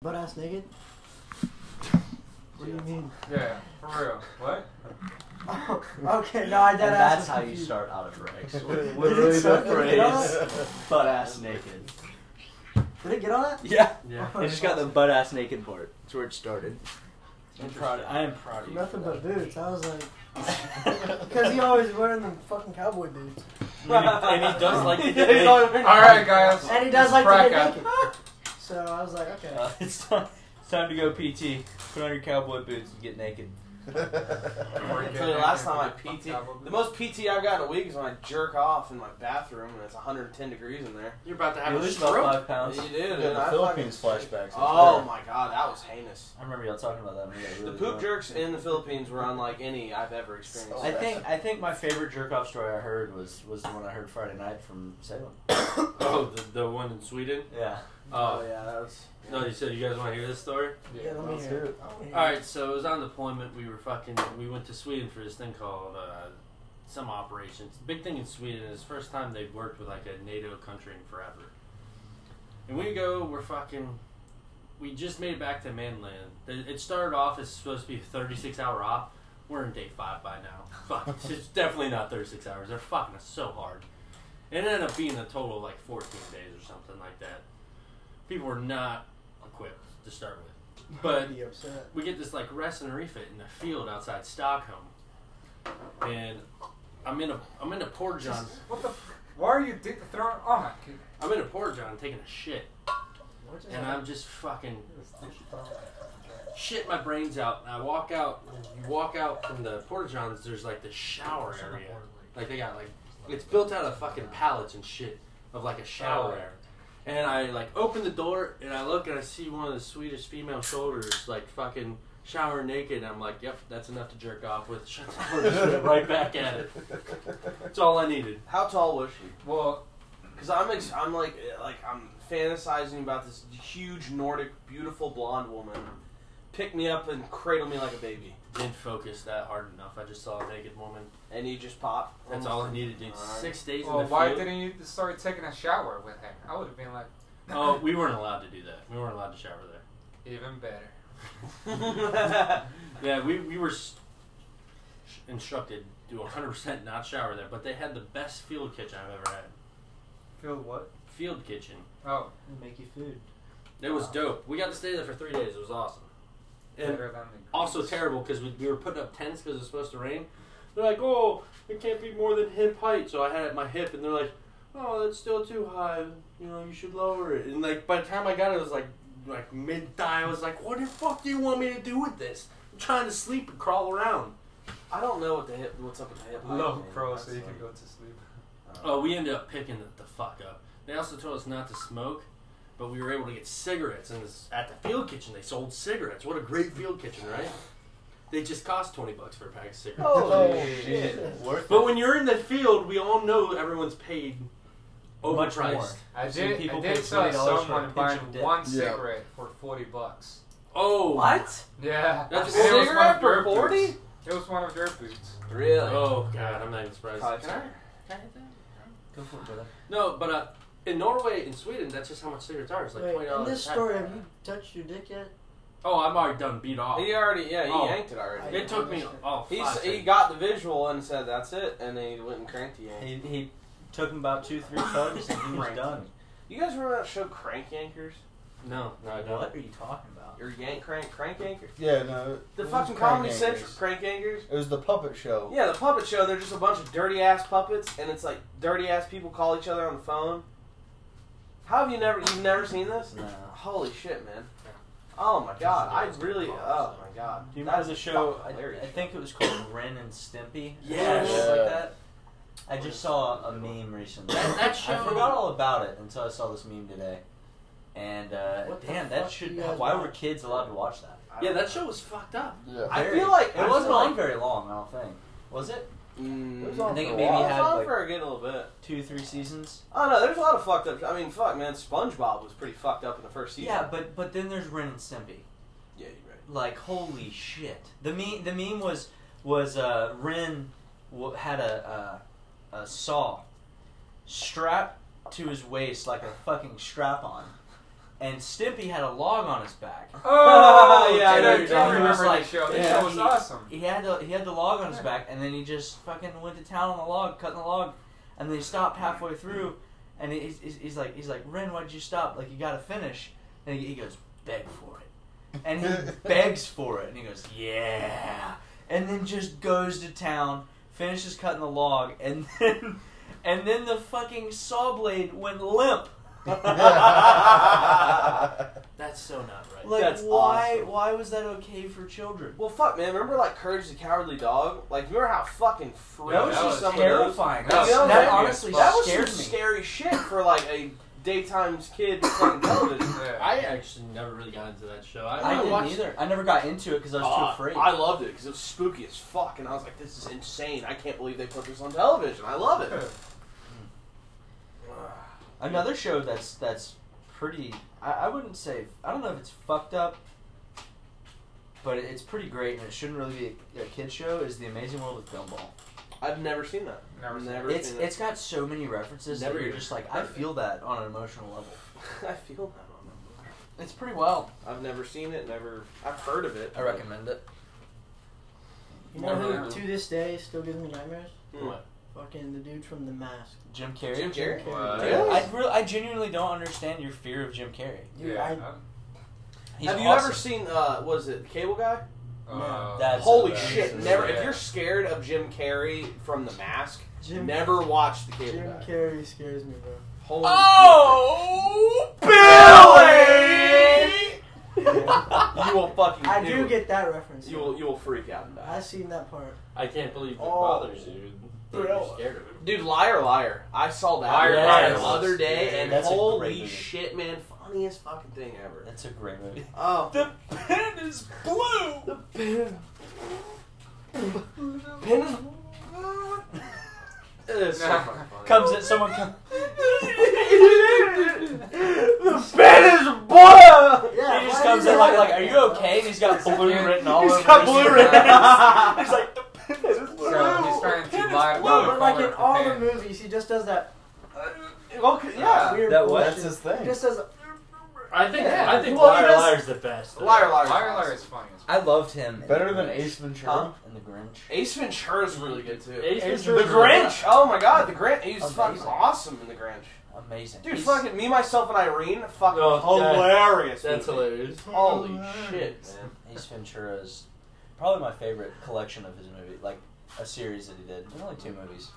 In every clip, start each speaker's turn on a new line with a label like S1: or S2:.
S1: Butt ass naked? What do you mean?
S2: Yeah, for real. What?
S1: Oh, okay, no, I
S3: And
S1: dead
S3: that's
S1: ass.
S3: how you start out of breaks. With
S1: Did
S3: literally
S1: it
S3: the
S1: suck? Did it get on
S3: phrase butt ass naked.
S1: it? Did it get on it?
S3: Yeah.
S2: Yeah.
S3: It just got the butt ass naked part. That's where it started. I'm proud I am proud of you.
S1: Nothing but boots. I was like, because he always wearing the fucking cowboy boots.
S3: and he does like to get
S1: He's always wearing-
S2: All right, guys.
S1: And he does
S2: Let's
S1: like to
S2: crack
S1: get
S2: up.
S1: naked. So I was like, okay.
S3: Uh, it's time it's time to go PT. Put on your cowboy boots and get naked.
S4: I
S2: We're
S4: can tell you
S2: good.
S4: last time I
S2: Fuck
S4: PT,
S2: album.
S4: the most PT I've gotten a week is when I jerk off in my bathroom and it's 110 degrees in there.
S5: You're about to have
S3: You
S5: a
S3: lose about
S5: stroke.
S3: five pounds.
S4: You did,
S3: Yeah,
S4: and
S3: the
S4: I
S3: Philippines
S4: fucking-
S3: flashbacks, Uh, that's
S4: Oh
S3: fair.
S4: my god, that was heinous.
S3: I remember y'all talking about that. when we got
S4: The
S3: really
S4: poop
S3: drunk.
S4: jerks in the Philippines were unlike any I've ever experienced.
S3: I think I think my favorite jerk off story I heard was was the one I heard Friday night from Salem.
S5: Oh, the, the one in Sweden.
S3: Yeah.
S5: Oh,
S4: oh yeah, that was.
S5: no, you said you guys want to hear this story?
S1: Yeah, let me
S3: Let's
S1: hear
S3: do
S1: it. I wanna hear
S5: All
S1: it.
S5: right, so it was on deployment. We were fucking. We went to Sweden for this thing called uh, some operations. The big thing in Sweden is first time they've worked with like a NATO country in forever. And we go, we're fucking. We just made it back to mainland. It it started off as supposed to be a 36 hour op. We're in day five by now. Fuck, it's definitely not 36 hours. They're fucking us so hard. It ended up being a total of like 14 days or something like that. People were not equipped to start with. But
S1: Be upset.
S5: we get this like rest and refit in the field outside Stockholm, and I'm in a I'm in a porta john
S2: What the? F- why are you d- throwing? Oh my god.
S5: I'm in a porta john taking a shit,
S1: What just
S5: and I'm
S1: happened?
S5: just fucking
S1: It's
S5: shit my brains out. And I walk out, you walk out from the porta johns. There's like the shower area, like they got like it's built out of fucking pallets and shit of like a shower area. And I like open the door and I look and I see one of the Swedish female shoulders like fucking shower naked. And I'm like, yep, that's enough to jerk off with. Shut the door, just went right back at it. That's all I needed.
S4: How tall was she?
S2: Well,
S4: Because I'm ex- I'm like eh, like I'm fantasizing about this huge Nordic beautiful blonde woman pick me up and cradle me like a baby,
S5: Didn't focus that hard enough. I just saw a naked woman.
S4: and you just pop.
S5: That's all I needed. Dude.
S4: All right.
S5: Six days
S2: well,
S5: in the
S2: why
S5: field.
S2: didn't you start taking a shower with him? I would have been like,
S5: Oh, we weren't allowed to do that. We weren't allowed to shower there.
S2: even better.
S5: Yeah, we, we were s- instructed to 100% not shower there, but they had the best field kitchen I've ever had.
S2: Feel what?
S5: Field kitchen.
S2: Oh,
S3: Make you food.
S5: It was dope. We got to stay there for three days. It was awesome. And
S2: better than the.
S5: also
S2: Greeks.
S5: terrible because we, we were putting up tents because it was supposed to rain. They're like, oh, it can't be more than hip height. So I had it at my hip, and they're like, oh, that's still too high. You know, you should lower it. And like by the time I got it, it was like like mid thigh. I was like, what the fuck do you want me to do with this? I'm trying to sleep and crawl around.
S4: I don't know what the hip what's up with the hip. height,
S2: Low
S4: man.
S2: pro,
S4: That's
S2: so you
S4: like-
S2: can go to sleep.
S5: Oh, we ended up picking the, the fuck up. They also told us not to smoke, but we were able to get cigarettes. And it's- at the field kitchen, they sold cigarettes. What a great field kitchen, right? They just cost twenty bucks for a pack of cigarettes.
S1: Oh,
S3: shit. Worth
S5: But when you're in the field, we all know everyone's paid
S3: Much
S5: overpriced.
S3: more.
S2: I
S3: I've seen
S2: did. I
S3: people
S2: did
S3: pay
S2: saw
S3: $20 for a
S2: someone
S3: pinch
S2: buying
S3: of dip.
S2: one
S3: Yeah.
S2: cigarette for forty bucks.
S5: Oh,
S3: What?
S2: Yeah,
S5: That's
S2: And
S5: a
S2: it was one
S4: cigarette
S2: of
S4: for
S2: their
S4: 40?
S2: boots. It was one of their boots.
S4: Really?
S5: Oh god, I'm not even surprised.
S4: Five
S5: Can I-
S4: cents.
S5: can I hit that?
S3: Go for it, brother.
S5: No, but uh, in Norway and Sweden, that's just how much cigarettes are. It's like twenty
S1: Wait, in
S5: dollars.
S1: this story, have you touched your dick yet?
S5: Oh, I'm already done. Beat off.
S4: He already yeah he
S5: Oh.
S4: yanked it already.
S5: It took me. Oh,
S4: He
S5: five
S4: s- he
S5: seconds.
S4: got the visual and said that's it, and then he went and cranked the yank.
S3: He, he took him about two, three tugs and he was
S4: Right.
S3: done.
S4: You guys remember that show Crank Yankers
S5: No, no, I don't.
S3: What are you talking about?
S4: or Yank Crank Crank Yankers?
S6: Yeah, no.
S4: The
S6: it was
S4: fucking
S6: Crank
S4: Comedy
S6: Yankers.
S4: Central Crank Yankers.
S6: It was the puppet show.
S4: Yeah, the puppet show. They're just a bunch of dirty ass puppets, and it's like dirty ass people call each other on the phone. How have you never you've never seen this?
S3: No.
S4: Holy shit, man! Oh my god, I really. Oh my god.
S3: Do you
S4: That
S3: remember
S4: is
S3: the show?
S4: fucking
S3: I,
S4: hilarious.
S3: I think it was called Ren and Stimpy.
S5: Yes.
S3: Something Like
S6: Yeah.
S3: that. I just saw a meme recently.
S5: That- that
S3: I
S5: show-
S3: forgot all about it until I saw this meme today. And uh,
S1: What the
S3: damn, that
S1: fuck
S3: should.
S1: do you guys
S3: Why
S1: watch?
S3: were kids allowed to watch that?
S4: I don't
S5: Yeah, that
S4: know.
S5: show was fucked up.
S6: Yeah.
S4: I
S3: Very-
S4: feel like
S3: it wasn't
S4: like,
S3: on very long. I don't think. Was it
S4: Mm,
S6: It was on
S3: I think
S6: for
S3: it
S6: a
S3: maybe
S4: Well,
S6: while.
S4: it's
S3: had
S4: on
S3: like
S4: for a good little bit.
S3: two, three seasons.
S4: Oh no, there's a lot of fucked up. I mean, fuck, man. SpongeBob was pretty fucked up in the first season.
S3: Yeah, but but then there's Ren and Stimpy.
S4: yeah, you're right.
S3: like holy shit. The meme the meme was was uh, Ren w- had a, a a saw strapped to his waist like a fucking strap on, and Stimpy had a log on his back.
S2: Oh,
S4: yeah, I
S2: dude,
S4: know
S2: I,
S4: you're
S2: do
S4: talking
S2: remember
S3: about.
S2: that show. That
S4: Yeah.
S2: show was awesome.
S3: He had the he had the log on his back, and then he just fucking went to town on the log, cutting the log, and then he stopped halfway through, and he's, he's, he's like he's like Ren, why'd you stop? Like you got to finish, and he, he goes beg for it, and he begs for it, and he goes yeah, and then just goes to town, finishes cutting the log, and then and then the fucking saw blade went limp.
S5: That's so not right.
S3: Like
S4: That's
S3: why
S4: awesome.
S3: why was that okay for children?
S4: Well, fuck, man. Remember, like, Courage the Cowardly Dog? Like, remember how fucking freaky
S2: Yeah, that was
S4: some of those?
S3: terrifying. That,
S2: That
S4: was scary
S3: that
S4: as
S3: honestly
S4: That was some
S3: scared me.
S4: scary shit for, like, a daytime kid playing television.
S2: Yeah.
S5: I actually never really got into that show. I,
S3: I didn't
S4: watched-
S3: either. I never got into it because I was
S4: Uh,
S3: too afraid.
S4: I loved it because it was spooky as fuck, and I was like, "This is insane! I can't believe they put this on television. I love it."
S3: Another show that's that's pretty. I, I wouldn't say. I don't know if it's fucked up, but it, it's pretty great, and it shouldn't really be a, a kid show. Is the Amazing World of Gumball?
S4: I've never seen that.
S2: Never seen
S4: never
S3: It's
S4: seen
S3: it's got so many references
S5: Never
S3: that you're
S5: even
S3: just like I feel that on an emotional level.
S4: it. I feel that on them.
S3: It's pretty wild.
S4: I've never seen it. Never. I've heard of it.
S3: I recommend it.
S1: You know
S4: Yeah.
S1: who to this day still gives me nightmares?
S4: Hmm.
S1: Fucking the dude from The Mask.
S3: Jim Carrey.
S4: Jim Carrey?
S2: What?
S4: Really?
S3: I really, I genuinely don't understand your fear of Jim Carrey.
S1: Dude,
S2: yeah.
S3: He's
S4: Have you
S3: awesome.
S4: ever seen? Uh, was it The Cable Guy?
S2: Uh,
S3: That's
S4: Holy
S3: a-
S4: shit!
S3: that's a-
S4: Never.
S2: yeah.
S4: If you're scared of Jim Carrey from The Mask,
S1: Jim,
S4: never watch The Cable
S1: Jim
S4: Guy.
S1: Carrey scares me, bro.
S4: Holy
S3: Oh,
S4: Billy! shit. you will fucking.
S1: I do
S4: it.
S1: get that reference.
S4: You will. You will freak out. and die.
S1: I've seen that part.
S5: I can't believe it
S4: Oh.
S5: bothers you. that
S4: Bro.
S5: You're scared of it.
S4: Dude, liar, liar! I saw that
S2: Liar,
S3: Liar.
S4: the other day,
S2: Yeah,
S4: and
S3: that's a great
S4: holy
S3: movie.
S4: shit, man! Funniest fucking thing ever.
S3: That's a great movie.
S4: Oh,
S3: The pen is blue.
S4: the pen. pen is. It's Uh, so fucking funny.
S3: Comes in, someone comes.
S4: the pen is blue.
S1: Yeah,
S3: He just
S1: why
S3: comes
S1: did
S3: in
S1: you
S3: like,
S1: have
S3: like,
S1: that
S3: are you
S1: part, bro?
S3: okay? And he's got blue written all
S4: He's
S3: over.
S4: got
S3: his
S4: blue
S3: shirt.
S4: ribbons.
S3: He's like, the pen is blue.
S2: So he's trying
S3: Pen is
S2: to lie
S3: blue.
S1: No,
S2: about
S1: but
S2: the
S1: like in
S2: color of the
S1: all the
S2: pen.
S1: movies, he just does that
S4: uh, Okay, yeah.
S1: weird
S3: That what?
S1: bullshit.
S6: That's his
S1: He
S6: thing.
S1: just does.
S5: I think
S4: Yeah.
S5: I think
S4: Well,
S5: Liar
S4: it is-
S5: Liar's the best. though.
S4: Liar, liar,
S2: Liar Liar is funny as
S3: I loved him. in
S6: Better
S3: The
S6: than
S3: Grinch.
S6: Ace Ventura.
S4: Huh?
S3: and the Grinch.
S4: Ace Ventura is really good too.
S5: Ace
S6: Ace
S5: Ventura.
S6: Ventura.
S4: Grinch. Oh my god, the Grinch. He's
S3: Amazing.
S4: fucking awesome in the Grinch.
S3: Amazing.
S4: Dude,
S3: He's-
S4: fucking me, myself, and Irene. Fucking
S5: Oh, that-
S4: hilarious.
S5: That's
S4: movie.
S5: hilarious.
S4: Holy shit, man.
S3: Ace Ventura's probably my favorite collection of his movie, like a series that he did. There's only two movies.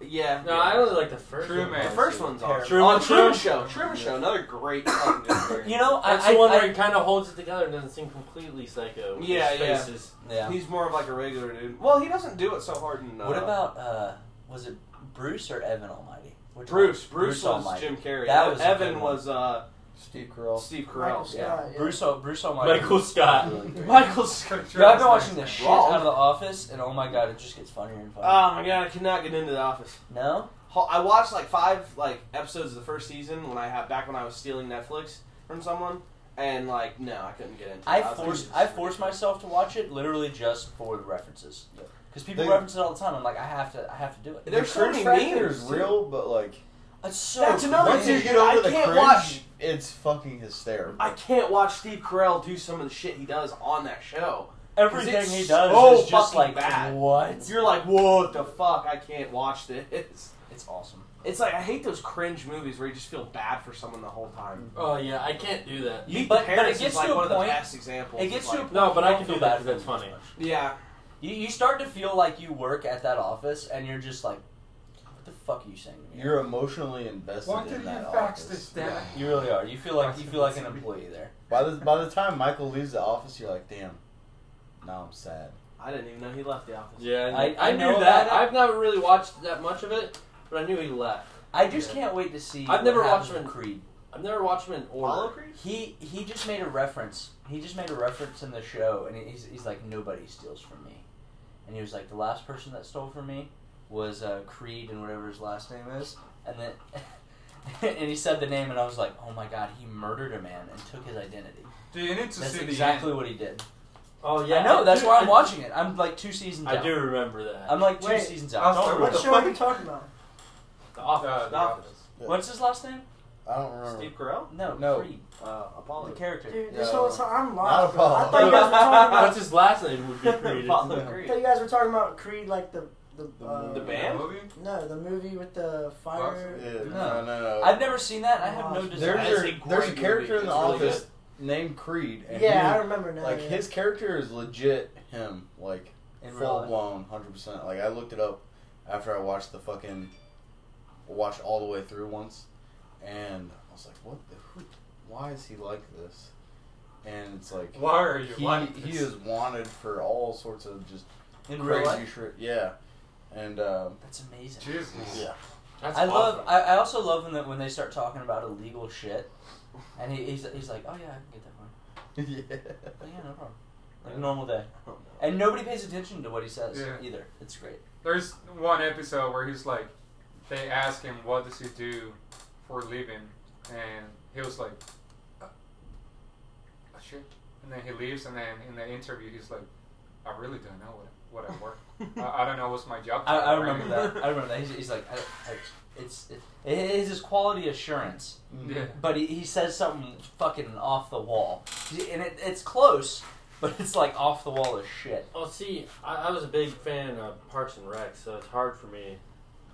S4: Yeah.
S5: No, I only like the first
S2: Truman.
S5: one.
S4: The first one's awesome.
S5: Truman
S4: oh, Truman
S5: Show.
S4: Show. Truman Show. Another great fucking movie.
S3: You know,
S5: That's
S3: I,
S5: the
S3: I,
S5: one where he kind of holds it together and doesn't seem completely psycho. with
S4: Yeah,
S5: his
S4: yeah.
S5: faces.
S3: yeah.
S4: He's more of like a regular dude. Well, he doesn't do it so hard in. Uh,
S3: What about uh, was it Bruce or Evan Almighty? Which one?
S4: Bruce? Bruce, was
S3: Almighty.
S4: Jim Carrey.
S3: That was a
S4: Evan
S3: good one.
S4: was uh,
S6: Steve Carell.
S4: Steve
S1: Michael
S4: Carell. Yeah.
S1: Scott, yeah.
S3: Bruce, Al- Bruce Almighty.
S5: Michael Scott.
S3: Really great.
S4: Michael Scott.
S2: fuck.
S3: Yo, I've been watching the shit
S4: Wrong.
S3: out of The Office, and oh my god, it just gets funnier and funnier.
S4: Oh my god, I cannot get into the office.
S3: no,
S4: Ho- I watched like five like episodes of the first season when I had back when I was stealing Netflix from someone, and like no, I couldn't get into. it.
S3: I
S4: was like,
S3: forced
S4: this
S3: I
S4: is
S3: forced
S4: ridiculous.
S3: myself to watch it literally just for the references, because people
S6: They-
S3: reference it all the time. I'm like, I have to, I have to do it.
S4: They're- There's so
S6: Cringe
S4: many
S6: factor
S4: memes,
S6: is
S4: too.
S6: real, but like
S3: It's so.
S4: That's another
S6: once
S3: cringe.
S6: you
S4: thing,
S6: get
S4: dude, I
S6: over the
S4: can't
S6: cringe,
S4: watch-
S6: it's fucking hysterical.
S4: I can't watch Steve Carell do some of the shit he does on that show.
S3: Everything
S4: it's
S3: he does
S4: so
S3: is just like
S4: fucking bad.
S3: what?
S4: You're like, what the fuck? I can't watch this.
S3: It's awesome.
S4: It's like I hate those cringe movies where you just feel bad for someone the whole time.
S5: Oh yeah, I can't do that.
S3: You-
S4: Meet
S3: but-
S4: the
S3: but it
S4: Parents
S3: gets
S4: is like
S3: to a
S4: one of the
S3: point-
S4: best examples.
S3: It
S4: of,
S3: gets
S4: like,
S3: to a point
S5: No, but I
S3: you
S5: can
S3: don't
S5: do that 'cause
S3: for
S5: that's
S3: them as
S5: funny.
S3: much.
S4: yeah.
S3: You, you start to feel like you work at that office, and you're just like, what the fuck are you saying to me?
S6: You're emotionally invested
S2: Why
S6: in
S2: did you
S6: that
S2: fax this
S6: office.
S2: down?
S3: You really are. You feel like you feel like an employee there.
S6: By the by the time Michael leaves the office, you're like, damn. Now I'm sad.
S4: I didn't even know he left the office.
S5: Yeah,
S3: I- I
S5: knew
S3: know
S5: that.
S3: that.
S5: I've never really watched that much of it, but I knew he left.
S3: I just
S5: Yeah.
S3: can't wait to see.
S5: I've never
S3: what happens
S5: watched him.
S3: with Creed.
S5: I've never watched him in
S4: Apollo
S5: order.
S4: Creed?
S3: He he just made a reference. He just made a reference in the show, and he's he's like nobody steals from me, and he was like the last person that stole from me was uh, Creed and whatever his last name is, and then and he said the name, and I was like, oh my god, he murdered a man and took his identity.
S2: Dude, you need to
S3: That's
S2: see
S3: exactly
S2: the
S3: what he did.
S5: Oh
S3: Yeah, I know. That's why I'm watching it. I'm like two seasons.
S5: I
S3: out.
S5: do remember that.
S3: I'm like two
S1: Wait.
S3: seasons
S2: I
S3: out.
S2: was
S3: Don't
S2: like,
S3: ruin
S1: What
S2: the
S3: it.
S1: show
S2: fuck?
S1: are you talking about?
S5: the
S2: end.
S5: office.
S2: Uh, The
S4: Office.
S2: Office.
S3: What's his last name?
S6: I don't remember.
S4: Steve Carell?
S3: No,
S6: No.
S3: Creed.
S4: Uh, Apollo.
S3: The character.
S1: Dude,
S6: Yeah.
S1: this whole time I'm
S6: Not
S1: lost.
S6: a
S1: bro. I
S6: problem.
S1: thought you guys were talking about.
S5: What's his last name would be created.
S4: Apollo
S6: Yeah.
S1: I
S4: Creed.
S1: thought you guys were talking about Creed, like the the uh,
S4: The band?
S2: Movie?
S1: No, the movie with the fire.
S6: Yeah, no,
S3: No.
S6: no, no.
S3: I've never seen that, and I have no
S1: There's-
S3: desire.
S4: That is
S6: there's,
S4: a
S6: a, there's a
S4: great
S6: character
S4: movie.
S6: in the
S4: It's really
S6: office named Creed, and
S1: yeah, I
S6: he-
S1: remember now.
S6: like
S1: yeah.
S6: his character is legit him, like
S3: In real
S6: full
S3: life.
S6: blown, hundred percent. Like I looked it up after I watched the fucking watched all the way through once, and I was like, what the? Who, why is he like this? And it's like
S2: Why are you
S6: he
S2: like
S6: he
S2: this?
S6: is wanted for all sorts of just
S3: in real
S6: crazy
S3: life.
S6: shit. Yeah, and um,
S3: That's amazing.
S2: Jesus.
S6: yeah,
S5: That's
S3: I
S5: awful.
S3: love. I, I also love when, that when they start talking about illegal shit, and he, he's he's like, oh yeah, I can get that one.
S6: yeah.
S3: Like, yeah, no problem. Like a normal day, and nobody pays attention to what he says
S2: Yeah.
S3: either. It's great.
S2: There's one episode where he's like, they ask him what does he do for a living, and he was like, uh, uh, shit. And then he leaves, and then in the interview he's like, I really don't know what what I work. I, I don't know what's my job.
S3: I, I
S2: title, right?
S3: remember that. I remember that. He's, he's like, I, I, it's it, it is his quality assurance,
S6: Mm.
S2: Yeah.
S3: but he, he says something fucking off the wall, and it, it's close, but it's like off the wall as shit.
S5: Well, Oh, see, I, I was a big fan of Parks and Rec, so it's hard for me.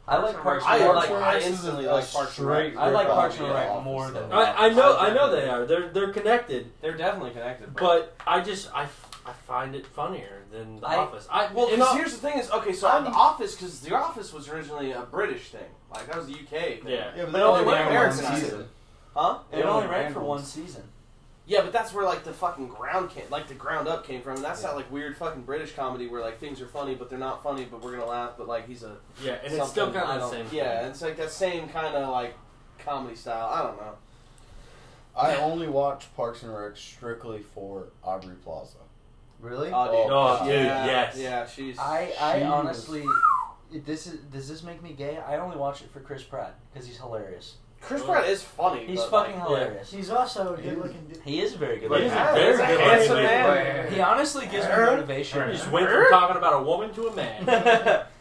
S3: I like Parks
S4: I
S3: and Rec.
S4: like- I
S6: This is
S4: instantly
S6: a
S4: like Parks and Rec.
S6: straight
S3: I like
S6: rip-off
S3: Parks and
S6: of The
S3: Rec
S6: Office,
S3: more than-
S6: though.
S5: I, I know, I know they are. They're they're connected,
S4: They're definitely connected. Bro.
S5: but I just I, f- I find it funnier than The
S3: I-
S5: Office. I
S4: well,
S5: and
S4: 'cause
S5: I'll-
S4: here's the thing is okay. So on the Office, because the Office was originally a British thing. Like that was the UK. Thing.
S5: yeah.
S6: Yeah, but
S4: But
S6: they
S4: only
S6: only
S4: went
S6: ran
S4: Eric's
S6: one
S4: and I.
S6: season.
S4: Huh?
S3: It
S6: Yeah,
S3: only
S6: like
S3: ran for
S6: Vandals.
S3: one season.
S4: Yeah, but that's where like the fucking ground came, like the ground up came from. And that's not like weird fucking British comedy where like things are funny, but they're not funny, but we're gonna laugh. But like he's a
S5: Yeah, and it's still
S4: something,
S5: kind
S4: I
S5: of the
S4: don't-
S5: same.
S4: Yeah, it's like that same kind of like comedy style. I don't know.
S6: I only watch Parks and Rec strically for Aubrey Plaza.
S3: Really?
S4: Oh, dude.
S5: Oh,
S4: yeah,
S5: dude, yes.
S4: Yeah, she's.
S3: I, I
S6: She was-
S3: honestly, this is does this make me gay? I only watch it for Chris Pratt because he's hilarious.
S4: Chris Pratt is funny.
S3: He's
S4: but,
S3: fucking
S4: Like,
S3: hilarious.
S1: He's also a good looking dude.
S3: He is very good.
S5: But
S3: looking.
S5: he's
S4: Yeah,
S5: a very
S4: he's a
S5: good
S4: handsome
S5: looking
S4: man.
S5: man.
S3: He honestly gives me
S5: He
S3: motivation.
S5: just went from talking about a woman to a man.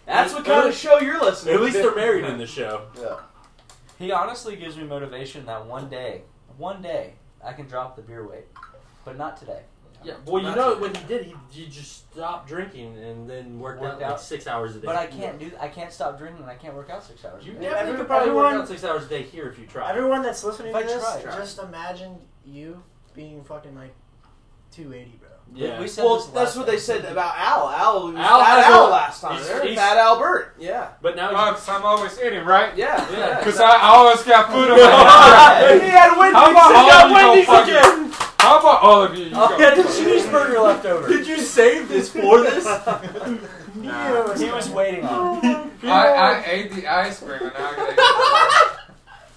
S4: That's what kind of show you're listening.
S5: At least
S4: to.
S5: they're married in the show.
S6: Yeah.
S3: he honestly gives me motivation that one day, one day I can drop the beer weight, but not today.
S5: Yeah, well, you
S4: Not
S5: know
S4: true.
S5: when he did, he, he just stopped drinking and then worked,
S3: Worked
S5: out, like
S3: out.
S5: six hours a day.
S3: But I can't do. I can't stop drinking. and I can't work out six hours. a
S5: You
S3: day.
S5: definitely
S1: Every-
S5: could probably work
S1: everyone-
S5: out six hours a day here if you try.
S1: Everyone that's listening
S3: If I
S1: to this,
S3: try,
S4: try.
S1: just imagine you being fucking like 280, bro.
S5: yeah.
S3: We said
S4: Well,
S3: this
S4: that's
S3: last
S4: what
S3: time.
S4: they said about Al. Al was
S5: Al
S4: Fat
S5: has
S4: Al
S5: a-
S4: last time.
S5: he's-
S4: They're
S5: he's-
S4: Fat Albert. Yeah.
S5: but now
S2: Oh,
S5: he's,
S2: 'cause I'm always eating, right?
S4: Yeah.
S5: Yeah.
S4: Yeah.
S2: Because I always got food on my
S4: Yeah. he had Wendy's.
S2: How
S4: He
S2: about all
S4: got
S2: of you go
S4: Wendy's
S2: fuck
S4: again.
S2: How about all of you? you
S3: Oh,
S2: go-
S3: I had the cheeseburger left over.
S5: did you save this for this?
S2: Nah.
S3: He was waiting on.
S2: I, I ate the ice cream and now I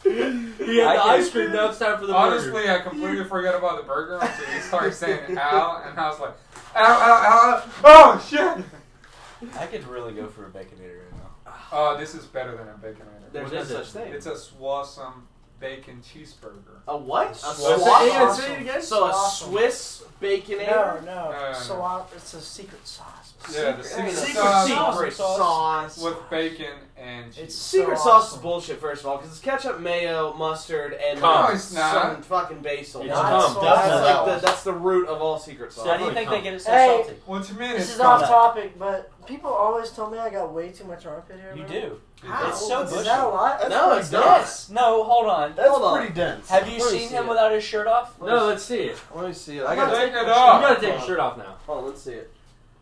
S5: he had
S3: I
S5: the
S3: can-
S5: ice cream. Now it's time for the burger.
S2: Honestly, I completely forgot about the burger until you started saying ow, and I was like, ow, ow, ow, ow, oh shit!
S3: I could really go for a baconator right now.
S2: Oh, this is better than a baconator.
S4: There's
S5: What
S4: no
S5: is it?
S4: such thing.
S2: It's a swawsome bacon cheeseburger.
S4: A what? A
S1: Swap-
S4: swap.
S1: Say it again.
S4: So a
S1: Swap.
S4: Swiss
S1: No,
S4: baconator.
S1: no.
S2: No, no,
S1: so
S2: no.
S1: I, it's a secret sauce.
S2: Yeah, the secret,
S4: Secret
S2: sauce
S4: secret sauce.
S2: with bacon and cheese.
S1: It's
S4: Secret
S1: so
S4: sauce is
S1: awesome.
S4: bullshit, first of all, because it's ketchup, mayo, mustard, and
S5: Cum.
S4: like,
S2: No, it's not.
S4: some fucking basil.
S5: It's
S4: That's-
S5: cum.
S1: so
S6: That's
S1: awesome.
S4: That's like the,
S6: Sauce.
S4: that's the root of all secret sauce.
S3: How do you
S5: Definitely
S3: think they
S5: come.
S3: get it so
S1: Hey.
S3: salty?
S2: what you mean?
S1: This
S2: it's
S1: is off
S6: not-
S1: topic, but people always tell me I got way too much armpit hair.
S3: You
S1: bro.
S3: do.
S1: How?
S3: It's so
S1: Is
S3: bushy.
S1: that a lot? That's
S4: No,
S1: pretty
S4: it's
S1: dumb.
S4: not.
S3: Yes. No, hold on.
S6: That's
S4: Hold on.
S6: pretty dense.
S3: Have you
S4: Let me
S3: seen
S4: see
S3: him
S4: it.
S3: without his shirt off?
S5: no, let's see it.
S4: Let me see it. I
S1: I'm
S4: gotta
S1: not
S4: take
S2: taking
S4: it
S2: it off.
S5: you gotta take your
S4: Hold
S5: shirt off now.
S4: on, let's see it.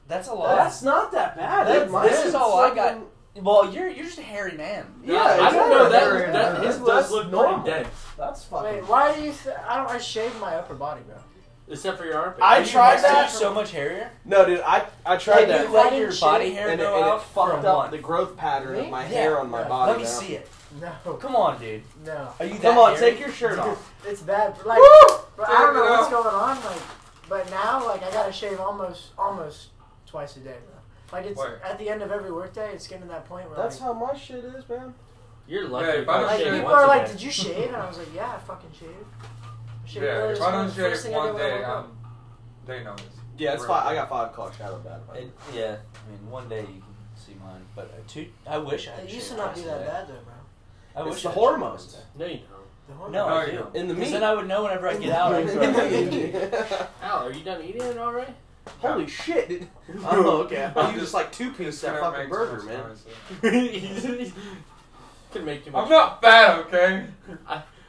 S3: That's a lot.
S4: That's not that bad.
S3: That's-
S4: It might
S3: this is
S4: be
S3: all I
S4: something-
S3: got. well, you're you're just a hairy man.
S4: Yeah,
S5: I don't know.
S4: exactly.
S5: That, that his
S4: That's
S5: does look
S4: normal.
S5: pretty dense,
S4: That's
S1: Wait,
S4: fucking.
S1: why do you? Th- I don't. I shave my upper body, bro.
S5: except for your armpit.
S4: I
S3: Are you
S4: tried
S3: next to
S4: that.
S3: you so much hairier.
S4: No, dude, I I tried
S3: Can
S4: that.
S3: you let
S1: Fucking
S3: your
S1: shit.
S3: body hair
S4: and it,
S3: go
S4: and it
S3: out for
S4: fucked
S3: a
S4: up
S3: month?
S4: the growth pattern of
S1: Me?
S4: my
S3: Yeah.
S4: hair on my
S1: Yeah.
S4: body.
S3: Let me
S4: now.
S3: see it.
S1: No,
S3: Come on, dude.
S1: no.
S3: Are you that
S4: Come on,
S3: hairy?
S4: take your shirt off.
S1: It's bad. Like, but I don't know what's going on. Like, but now, like, I gotta shave almost, almost twice a day, bro. Like, it's
S2: Where?
S1: at the end of every workday, it's getting to that point where
S4: That's
S1: like,
S4: how my shit is, man.
S5: You're lucky.
S2: Yeah,
S5: if
S2: if I
S5: I
S2: don't
S1: like
S5: shave
S2: shave
S1: people
S5: once
S1: are
S5: a
S1: like,
S5: day.
S1: "Did you shave?" And I was like, "Yeah, I fucking shaved." I shaved
S2: Yeah,
S1: earlier
S2: if
S1: this
S2: I don't
S1: morning, first
S2: shave
S1: thing I
S2: one
S1: did when I
S2: day,
S1: woke up.
S2: um, they know this.
S4: Yeah, it's
S2: Real
S4: five. I
S2: quick.
S4: got five o'clock shadow bad.
S3: It, uh, yeah, I mean, one day you can see mine, but uh, two. I wish I. had
S1: It used to
S3: shaved
S1: not be
S3: twice a
S1: that
S3: day.
S1: bad though, bro.
S3: I
S4: It's
S3: wish
S4: the
S3: I had shaved
S4: hormones.
S3: twice a day.
S5: No, you don't.
S1: The horn
S3: No,
S1: dog.
S2: No,
S3: I
S2: you
S3: do.
S2: don't.
S4: In the
S3: Because
S4: meat.
S3: then I would know whenever I get out. I can-
S5: Al, are you done eating it already?
S4: Holy shit! dude. Oh, okay. I
S2: I'm
S4: you just like two piece that
S2: Gonna
S4: fucking
S2: make
S4: burger,
S2: some
S4: man.
S2: noise.
S5: Could make too much.
S2: I'm not fat, okay?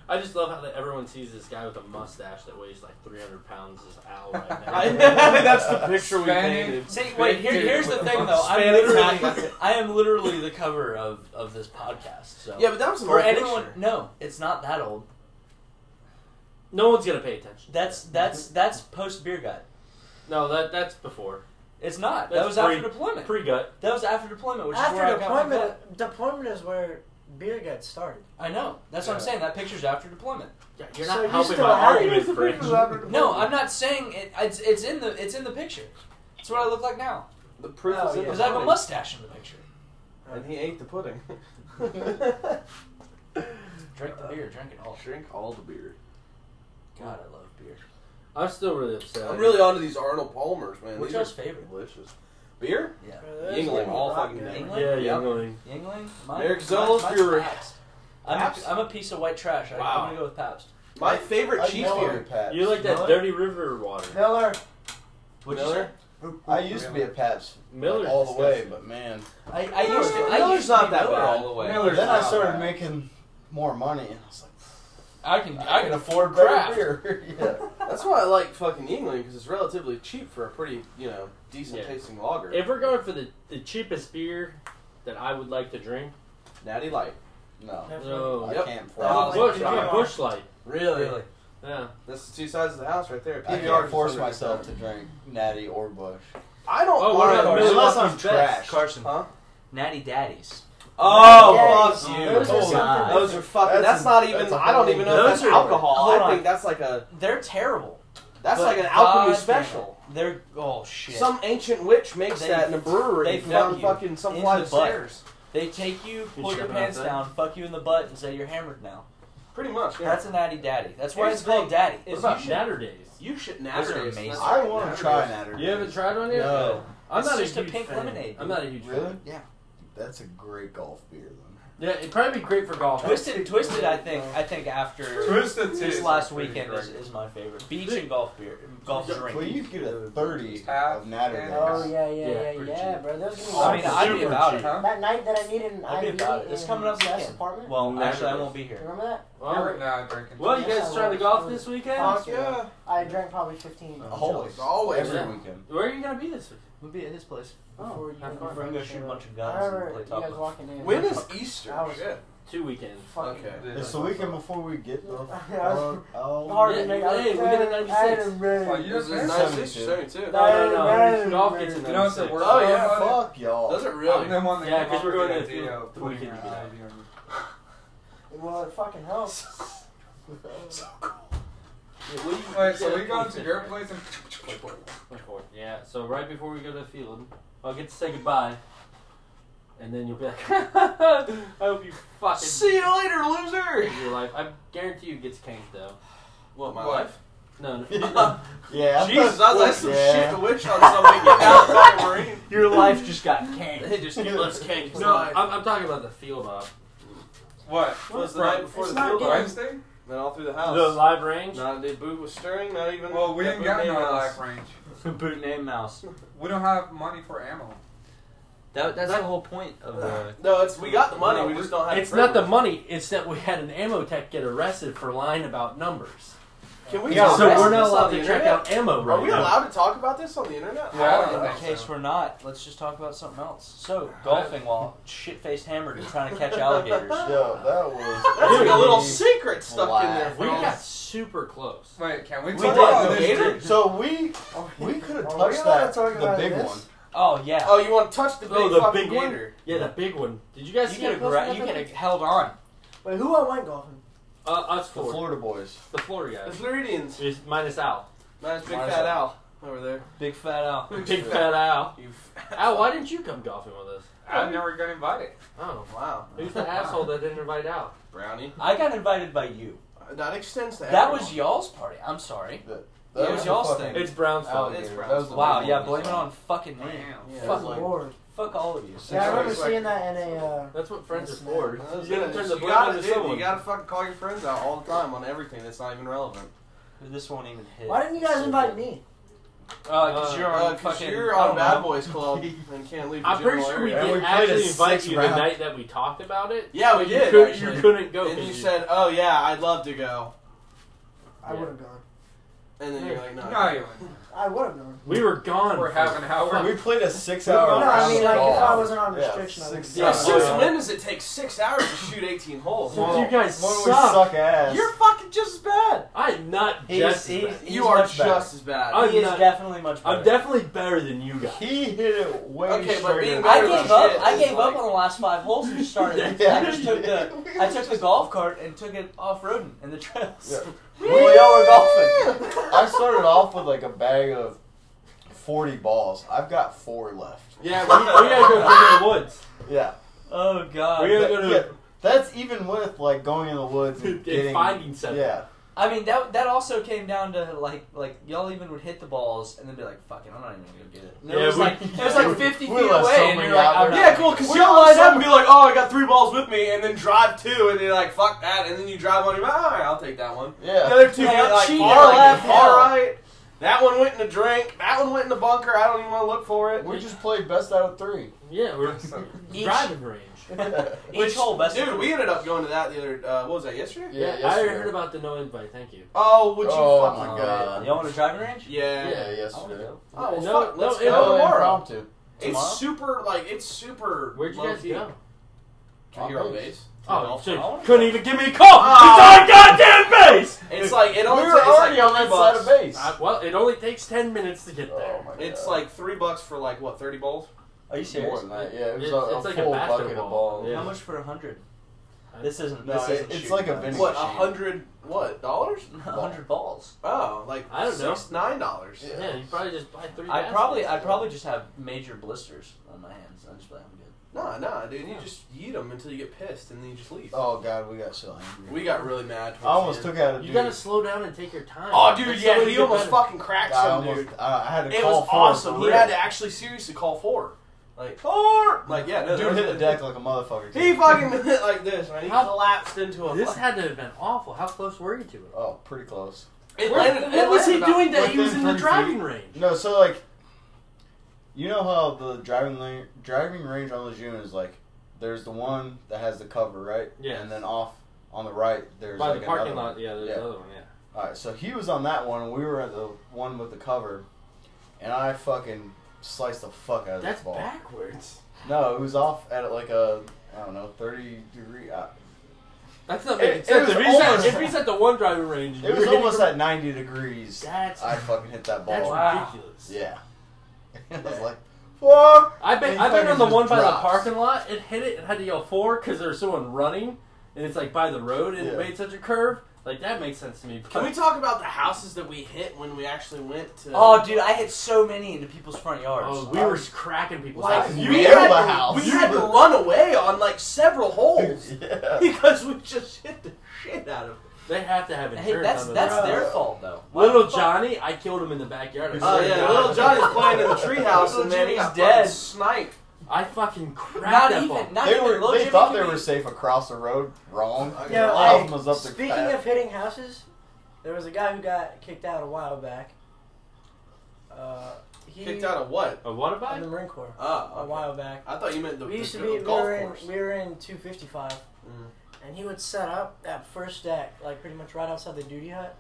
S5: I just love how that everyone sees this guy with a mustache that weighs like 300 pounds is Al
S4: I,
S5: right now.
S4: that's the picture we
S2: Hispanic.
S4: painted.
S3: See, wait. Here, here's the thing, though. I'm
S4: Spanish
S3: literally,
S4: accent.
S3: I am literally the cover of, of this podcast. So
S4: Yeah, but that was an
S3: for
S4: old
S3: anyone,
S4: picture.
S3: no, it's not that old.
S5: no one's gonna pay attention.
S3: That's
S4: Mm-hmm.
S3: that's that's post beer gut.
S5: No, that that's before
S3: It's not. that
S5: That's
S3: was
S5: pre-
S3: after deployment.
S5: pre gut.
S3: that was after deployment, which is where
S1: After
S3: I got my gut.
S1: deployment, deployment is where beer got started.
S3: I know. That's what I'm
S2: Yeah.
S3: saying. That picture's after deployment.
S5: Yeah, you're
S1: So
S5: not
S1: you
S5: helping
S1: still
S5: my
S1: have
S5: argument,
S1: it.
S5: Fridge.
S3: No, I'm not saying it. It's, it's in the it's in the picture. It's what I look like now
S4: The proof
S1: Oh,
S4: is in
S1: yeah.
S4: the
S3: because I have a
S4: pudding.
S3: mustache in the picture.
S4: And he ate the pudding.
S3: Drink the beer. Drink it all.
S4: Drink all the beer.
S3: God, I love beer.
S5: I'm still really upset.
S4: I'm really onto these Arnold Palmers, man.
S3: Which
S4: these
S3: one's
S4: are
S3: favorite?
S6: Delicious.
S4: beer?
S3: Yeah.
S4: Yingling all fucking day.
S3: Yingling?
S5: Yeah,
S4: Yeah.
S5: Yingling.
S3: Yingling.
S4: Eric Zola's
S3: mine's
S4: beer.
S3: Pabst. I'm
S4: Pabst?
S3: a, I'm a piece of white trash. I,
S4: Wow.
S3: I'm gonna go with Pabst.
S4: My favorite
S6: I
S4: cheese
S6: know I'm a
S4: beer.
S6: Pabst.
S5: You like that
S3: Miller?
S5: dirty river water?
S1: Miller.
S3: Would
S4: Miller?
S6: I used to be a Pabst
S5: Miller's
S6: all the way,
S5: disgusting.
S6: but man,
S3: I, I used to. I
S4: Miller's
S3: used to
S4: not
S3: be
S4: that
S3: Miller.
S4: bad all the way.
S2: Miller's
S6: then I
S2: not
S6: started
S2: bad.
S6: making more money, and I was like,
S3: I can I can afford
S6: better
S3: craft.
S6: beer. yeah.
S4: That's why I like fucking England because it's relatively cheap for a pretty, you know, decent
S5: Yeah.
S4: tasting lager.
S5: If we're going for the, the cheapest beer that I would like to drink,
S4: Natty Light.
S6: No,
S5: no.
S6: I
S4: Yep.
S6: can't
S4: Oh,
S1: like
S6: force.
S5: Bush,
S1: the
S5: Light.
S1: PBR.
S5: Bush Light.
S4: Really?
S5: Yeah.
S4: That's the two sides of the house right there.
S6: I
S4: PBR
S6: can't
S4: is
S6: force
S4: under-
S6: myself to drink Natty or Bush.
S4: I don't.
S5: Oh, what
S4: mind-
S5: about Miller
S6: Unless I'm
S5: Lite Best?
S6: trash.
S3: Carson.
S4: Huh?
S3: Natty Daddies.
S4: Oh,
S1: Yes.
S4: fuck you.
S1: Those
S3: are
S4: Oh,
S3: something-
S4: those are fucking. That's,
S6: That's a-
S4: not even.
S6: that's a
S4: I don't even know if
S3: Those
S4: that's
S3: are-
S4: alcohol.
S3: hold
S4: I
S3: on.
S4: think that's like a.
S3: They're terrible.
S4: That's
S3: But
S4: like an alchemy
S3: God
S4: special.
S3: damn it. They're oh shit.
S4: Some ancient witch makes
S3: They-
S4: that in a brewery.
S3: they
S4: and
S3: fuck
S4: found
S3: you
S4: fucking some
S3: in
S4: flight
S3: the
S4: of
S3: butt.
S4: stairs.
S3: They take you,
S5: You
S3: pull
S5: sure
S3: your
S5: about
S3: pants
S5: that?
S3: down, fuck you in the butt, and say you're hammered now.
S4: Pretty much. Yeah.
S3: That's a natty daddy. That's why
S4: Here's
S3: it's
S4: the thing.
S3: called daddy.
S5: It's
S4: about
S5: Natterdays.
S4: you should
S3: Those are
S4: natter
S3: amazing.
S6: I want to try Natty.
S5: You haven't tried one yet?
S6: No,
S5: I'm
S3: It's
S5: not
S3: just
S5: a,
S3: a
S5: huge
S3: pink
S5: fan.
S3: lemonade.
S5: I'm not a huge
S6: really?
S5: fan.
S3: Yeah.
S6: That's a great golf beer. Then.
S5: Yeah, it'd probably be great for golf.
S3: Twisted, twisted. I think, I think after
S2: Twisted Tea
S3: this
S2: is
S3: last
S2: pretty
S3: weekend
S2: great.
S3: is, is my favorite. Beach and golf beer, golf
S6: Well,
S3: drink.
S6: you could get a thirty
S2: Half
S6: of Natty.
S2: and-
S1: Oh yeah, yeah,
S5: Yeah,
S1: yeah, yeah,
S5: pretty cheap.
S1: bro. Those are gonna be
S3: I mean,
S1: awesome.
S3: I'd be
S5: Super
S3: about it,
S5: cheap.
S3: huh?
S1: That night that I needed an
S3: I'll be
S1: IV
S3: about it. It's
S1: in
S3: coming up
S1: Jeff's
S3: weekend.
S1: apartment.
S3: Well, actually, I
S5: Natterdays.
S3: won't be here.
S1: Remember that?
S2: We're
S5: Well,
S2: not drinking.
S5: well, you guys try the golf this weekend?
S1: Fuck
S4: yeah.
S1: I drank probably 15.
S6: Holy,
S1: shots
S6: always every
S5: Yeah.
S6: weekend.
S5: Where are you gonna be this weekend?
S3: We'll be at his place.
S1: Before you
S5: have
S1: even
S5: fun.
S3: We're gonna go shoot a
S1: showed up.
S3: bunch of
S1: I
S3: guns and
S1: remember
S3: play
S1: you
S3: top
S1: guys
S3: gun.
S1: walking in.
S4: When is Easter?
S1: I was-
S4: Shit.
S5: Two weekends.
S1: Fucking
S4: Okay.
S6: It's the weekend before we get the Oh,
S1: Yeah.
S6: fuck out.
S1: hard to
S5: Yeah,
S1: make.
S5: hey, we get a 96.
S2: Well, you just
S4: This is
S2: nice.
S6: nice.
S4: 96,
S5: No,
S4: 72.
S5: no, no.
S1: Man,
S5: golf
S1: man.
S5: gets in
S2: You know what's the
S5: 96.
S2: worst?
S4: Oh, yeah,
S2: part about it?
S6: Fuck y'all.
S4: Does it
S2: I'm
S4: really?
S2: the one that
S5: Yeah,
S2: came
S5: 'cause
S2: up
S5: we're
S2: with
S5: going
S2: the
S5: to-
S2: idea of
S5: the
S2: putting
S5: weekend
S2: your
S5: to get out.
S2: ID on you.
S1: Well, it fucking helps.
S6: So cool.
S5: Yeah, we-
S2: Wait, so
S5: yeah,
S2: we go to your
S5: right?
S2: place and
S5: Yeah, so right before we go to the field, I'll get to say goodbye. And then you'll be like, I hope you fucking
S4: See you later, loser.
S5: live your life. I guarantee you it gets canked though.
S4: What my
S2: What?
S4: life?
S5: No, no.
S6: Yeah. I
S4: Jesus, I
S6: thought-
S4: was like some
S6: yeah.
S4: shit to witch on somebody getting out of the fucking marine.
S3: Your life just got canned.
S5: They just get less canked. No,
S4: Life.
S5: I'm, I'm talking about the field up.
S2: what?
S4: Was the
S2: Right.
S4: night before
S1: It's
S4: the
S1: not
S4: field
S1: getting-
S4: lights,
S2: Wednesday?
S4: then all through the
S5: The
S4: house.
S5: live range?
S4: Not a boot was stirring. Not even.
S2: Well, we
S4: that
S2: ain't
S4: boot
S2: got
S4: made
S2: no
S4: us.
S2: life range.
S3: Boot name mouse.
S2: We don't have money for ammo.
S3: That, that's the whole point of the.
S4: No, it's we got the money.
S2: No,
S4: we just don't have.
S5: It's not the
S4: privilege.
S5: money, it's that we had an ammo tech get arrested for lying about numbers.
S4: Can we?
S6: Yeah,
S4: talk
S5: so
S4: about
S5: we're not
S4: this
S5: allowed
S4: Oh, on the
S5: to check
S4: internet?
S5: out ammo right
S4: Are we
S5: now.
S4: allowed to talk about this on the internet?
S2: Yeah, I don't
S4: don't
S2: think
S3: In
S4: know.
S2: so.
S3: case we're not, let's just talk about something else. So, golfing while shit faced hammered and trying to catch alligators.
S6: Yo, that was.
S4: That's like a little
S6: pretty-
S4: secret stuck in there.
S5: We
S4: bro.
S5: got super close.
S2: Wait, can we
S4: We
S2: talk
S4: did,
S2: about
S4: the
S2: this?
S4: gator?
S2: dude?
S6: So we
S1: Oh,
S6: we could have
S1: Are we
S6: touched
S1: allowed
S6: that
S1: to talk
S6: the
S1: about
S6: big
S1: this?
S6: one.
S3: Oh, yeah.
S4: Oh, you want to touch the big
S5: Oh, the
S4: fucking
S5: big one?
S4: gator?
S5: Yeah, the big one. Did you guys
S3: you
S5: see it?
S3: could have you could have held on.
S1: Wait, who all went golfing?
S5: Uh, us
S6: The
S5: four.
S6: Florida boys.
S5: The floor
S4: The
S5: guys.
S4: Floridians.
S5: Is minus Al.
S4: Nice big
S6: Mars
S4: fat
S6: up.
S4: owl over there.
S3: Big fat Al.
S5: Big fat Al.
S4: You.
S5: Al, why didn't you come golfing with us?
S2: I never got invited.
S5: Oh,
S4: Wow.
S5: who's the asshole that didn't invite Al?
S4: Brownie.
S3: I got invited by you.
S4: Uh, That extends to.
S3: That
S4: everyone.
S3: was y'all's party. I'm sorry.
S6: That
S3: Yeah, it was y'all's
S6: fucking
S3: thing.
S5: It's Brown's fault.
S6: alligator.
S4: It's
S6: That
S4: Brown's
S6: was the
S3: Wow,
S6: big
S3: yeah,
S6: one.
S3: blame it on fucking me.
S2: Damn.
S1: Yeah,
S6: Fuck.
S1: Lord.
S3: Fuck all of you.
S1: Yeah, I remember
S2: It's like-
S1: seeing that in a. Uh,
S5: That's what friends are
S1: Yes,
S5: for.
S1: man.
S5: That's
S4: You gotta
S5: it.
S4: turn
S5: You
S4: the blame
S5: gotta
S4: onto
S5: do it.
S4: someone. You gotta fucking call your friends out all the time on everything that's not even relevant.
S3: This won't even hit.
S1: why didn't you guys
S3: So
S1: invite
S3: good.
S1: me?
S3: Uh, because
S5: Uh,
S3: you're on
S4: Because
S3: fucking.
S4: you're
S3: I
S4: on
S3: don't
S4: Bad
S3: know.
S4: Boys Club and can't leave. the
S5: I'm pretty
S4: general
S5: sure we
S4: area.
S6: And
S5: did
S6: we played a
S5: actually invite
S6: six
S5: you
S6: round.
S5: the night that we talked about it.
S4: Yeah, we
S5: But
S4: did.
S5: You, could,
S4: actually.
S5: you couldn't go.
S4: and
S5: 'cause
S4: you said, "Oh yeah, I'd love to go,"
S1: I
S5: Yeah.
S1: would have gone.
S4: and then you're like, "No."
S2: No, you wouldn't.
S1: I would have gone.
S5: we were gone
S2: For half an hour.
S6: We played a six
S1: No,
S6: hour.
S1: I mean like if I
S6: round.
S1: wasn't on
S6: Yeah,
S1: restriction, I would
S6: six
S4: Yeah,
S6: Yeah,
S4: since
S5: well-
S4: when does it take six hours to shoot 18 holes?
S5: Since you guys
S6: When we
S5: suck.
S6: suck ass.
S4: You're fucking just as bad.
S5: I'm not
S3: He's-
S5: just.
S3: he's-
S5: bad.
S4: you are
S6: much
S4: just
S6: better.
S4: as bad.
S5: I'm
S3: He is
S5: not-
S3: definitely much better.
S5: I'm definitely better than you guys.
S6: he hit it way
S4: Okay, but
S6: straighter.
S4: being
S6: than
S3: I
S4: better
S3: gave
S4: than
S3: up.
S4: shit
S3: I
S4: is
S3: gave
S4: like-
S3: up on the last five holes and started.
S6: Yeah.
S3: I just took the. I took the golf cart and took it off roading in the trails.
S6: Yeah. We all were golfing. I started off with like a bag of 40 balls. I've got four left.
S5: Yeah, we, we gotta go back in the woods.
S6: Yeah.
S3: Oh god.
S5: We gotta go to
S6: Yeah, That's even with like going in the woods and
S5: and
S6: getting.
S5: finding something.
S6: yeah.
S3: I mean that that also came down to like like y'all even would hit the balls and then be like fuck it I'm not even gonna go get it. And it
S5: Yeah,
S3: was
S5: we- Oh,
S3: like it was like 50
S6: we
S3: feet
S6: left
S3: away
S6: so
S3: and
S6: many
S3: you're like
S6: out
S3: I'm
S6: there.
S3: not
S4: Yeah,
S3: even
S4: cool.
S3: gonna
S4: Cause
S3: go.
S4: you will line up and be like, "Oh, I got three balls with me," and then drive two, and then you're like, "Fuck that," and then you drive one. You're like, "All right, I'll take that one." The
S6: Yeah.
S4: other two
S3: Yeah,
S4: went like
S3: cheating.
S4: far
S3: Like
S4: left,
S3: hell.
S4: far right. That one went in a drink. That one went in the bunker. I don't even want to look for it.
S6: We just played best out of three.
S5: Yeah, we're
S3: Each-
S5: driving range.
S3: each hole best
S4: Dude, we ended up going to that the other. Uh, what was that yesterday?
S5: Yeah, I
S6: yesterday.
S5: heard about the no invite. Thank you.
S4: Oh, would you
S6: Oh,
S4: fucking?
S6: my God.
S3: Y'all want a driving range?
S4: Yeah.
S6: Yeah,
S3: I wanna
S6: yesterday.
S3: go.
S4: Oh, well,
S5: no,
S4: fuck,
S5: no,
S4: let's
S5: it-
S4: go.
S6: Oh,
S4: tomorrow.
S6: impromptu.
S3: Tomorrow?
S4: It's super like it's super.
S5: Where'd you
S4: low
S5: guys
S4: key.
S5: go?
S4: To your own base.
S5: Oh,
S3: I wanna
S5: shit.
S3: go.
S5: couldn't even give me a call. It's
S4: Ah.
S5: on goddamn base.
S4: It's like it
S6: We
S4: only
S6: were
S4: takes
S6: already
S4: like
S6: on
S4: three
S6: that side of
S4: bucks.
S6: base.
S5: Uh, well, it only takes ten minutes to get there.
S6: Oh my god.
S4: It's like three bucks for like what thirty bowls.
S3: Are you
S6: more
S3: serious?
S6: than that. Yeah, it was
S5: It's-
S6: a,
S5: it's
S6: a
S5: like a
S6: full
S5: basketball.
S6: bucket of balls.
S5: Yeah.
S3: How much for a hundred?
S5: I-
S3: This isn't.
S6: No,
S3: this
S6: it-
S3: isn't
S6: it's
S3: shooting
S6: like a
S3: guns.
S6: vending
S4: What a
S6: machine.
S4: hundred what dollars?
S3: A hundred balls.
S4: Oh, like
S5: I don't know.
S4: six nine dollars.
S6: Yeah.
S5: Yeah, you probably just buy three.
S3: I probably I
S5: baskets.
S3: probably just have major blisters on my hands. I'm just like I'm good.
S4: Nah, nah, dude. You
S5: Yeah.
S4: just eat them until you get pissed and then you just leave.
S6: Oh god, we got so angry.
S4: We got really mad. towards
S6: I almost
S4: the end.
S6: took out a dude.
S5: You gotta slow down and take your time.
S4: Oh, dude,
S5: That's the
S4: yeah,
S5: way
S4: he
S5: you
S4: almost
S5: get better.
S4: fucking cracked
S6: I
S4: some
S6: almost.
S4: dude.
S6: I, I had to
S4: It
S6: call
S4: was
S6: for
S4: awesome.
S6: for
S4: He
S6: real.
S4: had to actually seriously call four. Like four. Like yeah, no, that
S6: Dude
S4: was
S6: hit
S4: it.
S6: the deck like a motherfucker. too.
S4: He fucking hit like this, man. He
S5: How-
S4: collapsed into a.
S5: This
S4: fu-
S5: had to have been awful. How close were you to it?
S6: Oh, pretty close.
S4: It
S5: Where-
S4: landed-
S5: what
S4: it
S5: was he
S4: landed about-
S5: doing that he
S6: within
S5: was in the
S6: 30
S5: driving
S6: feet.
S5: range?
S6: No, so like, you know how the driving lane, driving range on Lejeune is like, there's the one that has the cover, right?
S5: Yes.
S6: And then off on the right, there's
S5: By
S6: like
S5: the parking
S6: another
S5: lot.
S6: One.
S5: Yeah, there's
S6: Yeah.
S5: another one. Yeah.
S6: All right, so he was on that one, and we were at the one with the cover, and I fucking sliced the fuck out of
S5: That's
S6: this ball.
S5: backwards.
S6: No, it was off at like a I don't know thirty degree. Uh,
S5: That's not
S6: It-
S5: making
S6: it
S5: sense.
S6: was
S5: If he's, at,
S6: almost-
S5: if he's at the one driving range,
S6: it was almost at ninety degrees.
S5: That's
S6: I fucking hit that
S5: that's
S6: ball.
S3: Wow.
S5: ridiculous.
S6: Yeah. I was like, fuck.
S5: I bet
S6: And
S5: I bet
S6: fucking
S5: on the
S6: just
S5: one by the
S6: drops.
S5: parking lot, it hit it and had to yell four because there was someone running, and it's like by the road and
S6: Yeah.
S5: it made such a curve. Like that makes sense to me.
S4: Can we
S5: but-
S4: talk about the houses that we hit when we actually went to?
S3: Oh, dude, I hit so many into people's front yards.
S5: oh, we were cracking people's
S4: Like,
S5: eyes.
S6: You
S4: we
S6: nailed
S4: had
S6: the
S4: to-
S6: house.
S4: We
S6: You
S4: had to
S6: were-
S4: run away on like several holes
S6: yeah.
S4: because we just hit the shit out of it.
S5: They have to have insurance.
S3: Hey, that's
S5: on those
S3: that's
S5: roads.
S3: their fault though.
S5: Little Johnny, I killed him in the backyard.
S4: Oh
S6: Sure.
S4: yeah, little Johnny's playing in the treehouse and then
S3: Jimmy's dead.
S4: he's dead sniped.
S5: I fucking cracked
S3: Not
S5: that
S3: even,
S5: ball.
S3: not
S6: They
S3: even.
S6: were.
S3: Little
S6: They
S3: Jimmy
S6: thought
S3: could
S6: they
S3: be-
S6: were safe across the road. Wrong.
S1: Yeah,
S6: a lot
S1: hey,
S6: of them was up there.
S1: Speaking of hitting houses, there was a guy who got kicked out a while back. Uh, he
S4: Kicked out of what?
S5: A what about
S1: in the Marine Corps
S4: Oh,
S1: a
S4: okay.
S1: while back.
S4: I thought you meant the,
S1: we used
S4: the
S1: to be we
S4: golf
S1: were, in,
S4: course.
S1: we were in 255,
S4: Mm.
S1: and he would set up that first deck, like pretty much right outside the duty hut,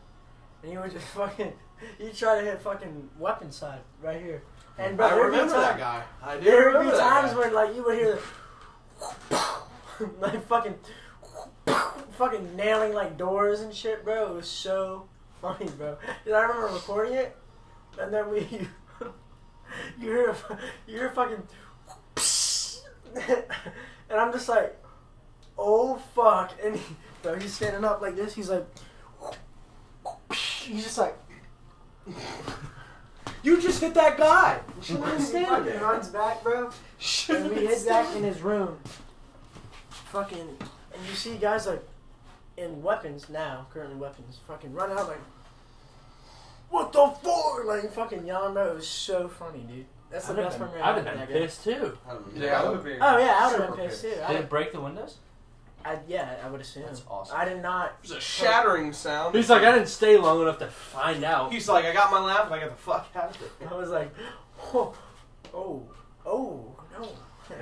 S1: and he would just fucking he try to hit fucking weapon side right here. And bro,
S4: I
S1: there would be
S4: remember that
S1: time-
S4: guy. I do
S1: There would
S4: remember
S1: be
S4: that
S1: times
S4: guy.
S1: where like you would hear the like fucking fucking nailing like doors and shit, bro. It was so funny, bro. Dude, I remember recording it, and then we you, hear a, fu- you hear a fucking and I'm just like, oh fuck, and he, bro, he's standing up like this. He's like, he's just like.
S4: You just hit that guy. You
S1: He
S4: shouldn't have been standing
S1: fucking
S4: there.
S1: runs back, bro.
S4: Shouldn't
S1: And
S4: have
S1: we
S4: been
S1: hid back
S4: standing
S1: in his room. Fucking, and you see guys like in weapons now, currently weapons, fucking run out like, what the fuck? Like fucking yelling, bro. It was so funny, dude. That's the
S5: I'd have
S1: best
S5: been-
S1: memory
S5: I'd
S1: I've
S5: have
S1: ever
S5: been
S1: had.
S5: pissed too.
S2: Yeah, I would be.
S1: Oh yeah, I would have
S2: super
S1: been pissed too.
S2: pissed.
S1: I,
S3: Did it break the windows?
S1: I, yeah, I would assume.
S3: That's awesome.
S1: I did not.
S4: It was a shattering sound.
S5: He's like, I didn't stay long enough to find out.
S4: He's like, I got my laugh and I got the fuck out of it.
S1: I was like, oh, oh, oh no.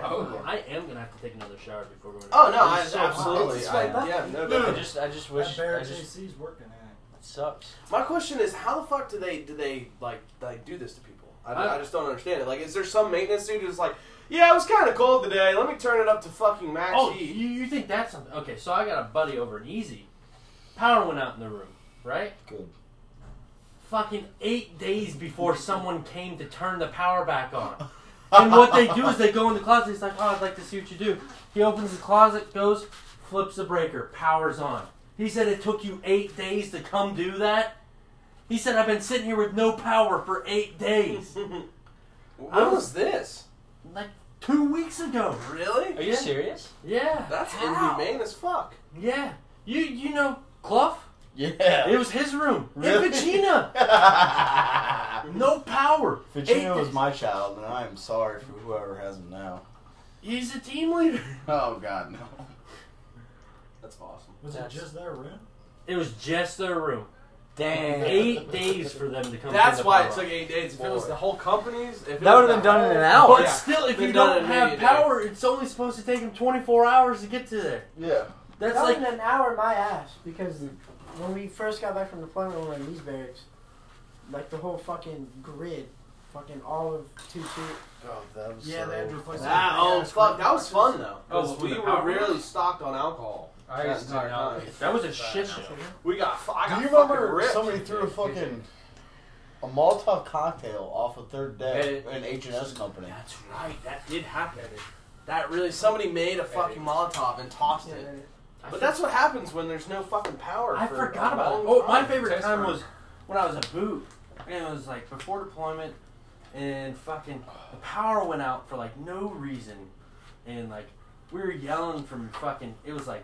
S2: Oh.
S5: I am gonna have to take another shower before going.
S4: Oh no,
S5: It's so
S4: I,
S5: hot.
S4: absolutely.
S1: It's
S4: I,
S1: like-
S4: yeah, no
S3: I
S4: doubt.
S3: just I just wish I
S7: Barrett
S3: just
S7: JC's working at
S3: it sucks.
S4: My question is, how the fuck do they do they like like do this to people? I,
S5: I-
S4: I just don't understand it. Like, is there some maintenance dude who's like, yeah, it was kind of cold today. Let me turn it up to fucking max
S5: Oh,
S4: heat.
S5: you, you think that's something? Okay, so I got a buddy over in Easy. Power went out in the room, right?
S6: Good.
S5: Fucking eight days before someone came to turn the power back on. And what they do is they go in the closet. He's like, "Oh, I'd like to see what you do." He opens the closet, goes, flips the breaker, powers on. He said it took you eight days to come do that. He said I've been sitting here with no power for eight days,
S4: when was this?
S5: like two weeks ago.
S4: Really?
S3: Are you
S5: Yeah.
S3: serious?
S5: Yeah,
S4: That's
S3: How?
S4: inhumane as fuck.
S5: yeah. You you know Clough? It
S6: Yeah.
S5: was his room
S6: Really?
S5: in Pacina. No power.
S6: Ficino
S5: Eight-
S6: was my child, and I am sorry for whoever has him now.
S5: He's a team leader.
S6: Oh God, no.
S4: That's awesome.
S7: Was
S3: That's-
S7: it just their room?
S5: It was just their room.
S3: Dang.
S5: Eight days for them to come.
S4: That's
S5: clean the
S4: why
S5: power
S4: it
S5: up.
S4: took eight days. If it was
S5: Boy.
S4: the whole company's, if it
S1: That
S4: was
S1: would have been
S4: the
S1: done in an
S4: whole-
S1: hour.
S5: But
S4: yeah.
S5: still, if
S4: They've
S5: you
S4: done
S5: don't
S4: it
S5: have
S4: immediately.
S5: power, it's only supposed to take them 24 hours to get to there.
S6: Yeah.
S5: That's
S1: that
S5: like Mm.
S1: was an hour my ass because when we first got back from deployment, we were in these barracks, like the whole fucking grid, fucking all of two two.
S6: Oh, that was.
S7: Yeah,
S6: so...
S7: they had to replace
S4: Ah,
S7: all the
S4: oh
S7: gas
S4: fuck, that was fun though.
S5: Oh,
S4: 'Cause
S5: when
S4: we
S5: the
S4: were
S5: power went
S4: really stocked on alcohol.
S2: I
S4: That
S2: used to
S4: entire
S2: not.
S4: time.
S5: that was a shit show.
S4: We got. fu- I
S6: Do
S4: got
S6: you
S4: fucking
S6: remember
S4: ripped.
S6: somebody threw a fucking a Molotov cocktail off a third deck
S5: Hey.
S6: an H and S company?
S5: That's right. That did happen.
S4: That really somebody made a fucking Molotov and tossed
S1: Yeah,
S4: it.
S5: I
S4: But
S5: for-
S4: that's what happens when there's no fucking power.
S5: I
S4: for
S5: forgot
S4: a
S5: about it.
S4: long
S5: Oh, my
S4: time.
S5: favorite
S2: Test
S5: time
S2: run.
S5: was when I was a boot, and it was like before deployment, and fucking the power went out for like no reason, and like we were yelling from fucking it was like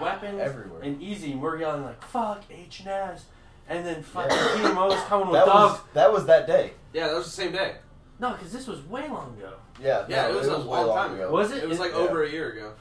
S5: weapons
S6: Everywhere.
S5: and easy, and we're yelling like fuck H and S, and then fucking PMO's coming with
S6: That
S5: dogs.
S6: was that was that day.
S4: Yeah, that was the same day.
S5: No, because this was way long ago.
S6: Yeah.
S4: Yeah, it
S6: no,
S4: was a
S6: way
S4: long
S6: long
S4: time
S6: ago.
S5: Was it?
S4: It was like
S6: Yeah.
S4: over a year ago.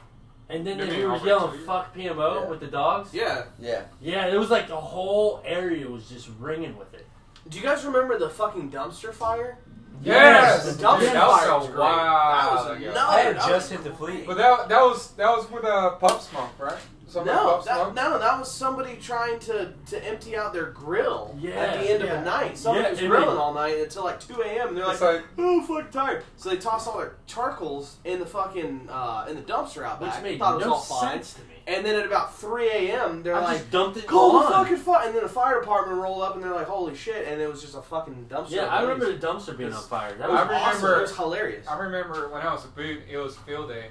S5: and then
S2: Maybe
S5: they were
S2: Albert
S5: yelling
S2: too.
S5: "fuck PMO"
S6: Yeah.
S5: with the dogs.
S4: Yeah.
S6: Yeah.
S5: yeah, it was like the whole area was just ringing with it.
S4: Do you guys remember the fucking dumpster fire?
S2: Yes,
S4: Yes,
S2: dude,
S4: the dumpster
S2: that was
S4: fire
S2: a
S4: was great.
S2: while
S4: That was
S2: ago.
S4: another-
S3: I had
S4: that was
S3: just hit the fleet.
S2: But that that was that was with uh, Pop Smoke, right? Somebody
S4: No,
S2: Pop
S4: that,
S2: Smoke?
S4: no, that was somebody trying to, to empty out their grill
S5: Yeah.
S4: at the end of
S1: Yeah.
S4: the night. Somebody
S5: Yeah,
S4: was
S5: and
S4: grilling
S5: they-
S4: all night until like 2 a.m. and they're like,
S2: It's like
S4: oh, fuck, tired. So they tossed all their charcoals in the fucking, uh, in the dumpster out
S5: Which
S4: back.
S5: made
S4: thought it
S5: no
S4: was all fine.
S5: sense to me.
S4: And then at about 3 a.m., they're
S5: I
S4: like,
S5: just dumped it
S4: Call the
S5: on.
S4: fucking fire! And then the fire department rolled up, and they're like, "Holy shit!" And it was just a fucking dumpster.
S5: Yeah, I
S4: blaze.
S5: remember the dumpster being on fire.
S4: It
S5: That was
S4: was
S2: I remember-
S4: awesome. It was hilarious.
S2: I remember when I was a boot, it was field day,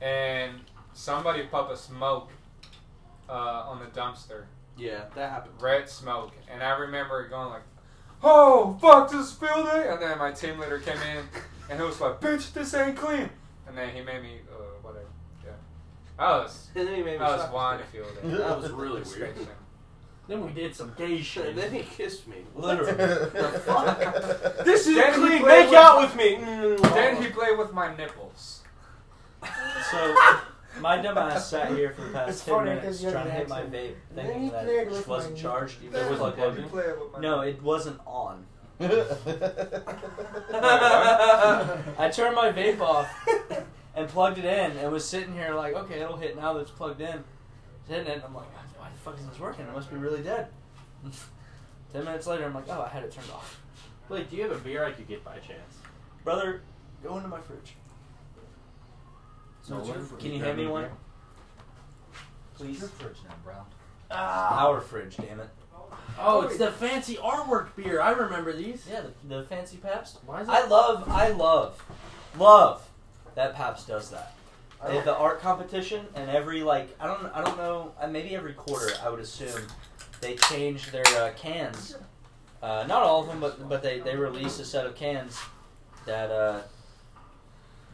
S2: and somebody popped a smoke uh, on the dumpster,
S4: Yeah, that happened.
S2: red smoke, and I remember going like, "Oh fuck, this is field day!" And then my team leader came in, and he was like, "Bitch, this ain't clean," and then he made me uh, whatever. Yeah, I was
S4: And then he made me.
S2: I was
S4: suck.
S2: wine field day.
S4: That was really weird.
S2: Disgusting.
S5: Then we did some gay shit.
S4: And then he kissed me.
S6: The fuck?
S4: This
S2: is Then he clean. played
S4: Make
S2: with-
S4: out with me. Mm.
S2: Then he played with my nipples.
S3: So my dumbass sat here for the past
S1: It's
S3: ten
S1: funny 'cause
S3: minutes
S1: you're
S3: trying to hit my
S1: dancing.
S3: vape,
S1: Then
S3: thinking
S1: you
S3: that
S1: cleared
S3: it
S1: with
S3: just wasn't
S1: my-
S3: charged, even though
S2: Then
S3: it
S2: he
S3: wasn't plugged in.
S2: played with my
S3: No, it wasn't on. I turned my vape off and plugged it in and was sitting here like, okay, it'll hit now that it's plugged in. It's hitting it, and I'm like, why the fuck isn't this working? I must be really dead. Ten minutes later, I'm like, oh, I had it turned off.
S5: Blake, do you have a beer I could get by chance?
S3: Brother, go into my fridge. So
S7: What's your
S3: what-
S7: fridge?
S3: can you hand me one?
S7: It's your
S3: Please. Ah.
S7: fridge now, Brown.
S3: Our fridge, damn it.
S5: Oh, it's the fancy artwork beer. I remember these.
S3: Yeah, the, the fancy Pabst.
S5: Why is it?
S3: I love, I love, love that Pabst does that. They have the art competition, and every like I don't I don't know uh, maybe every quarter I would assume they change their uh, cans. Uh, not all of them, but but they, they release a set of cans that uh,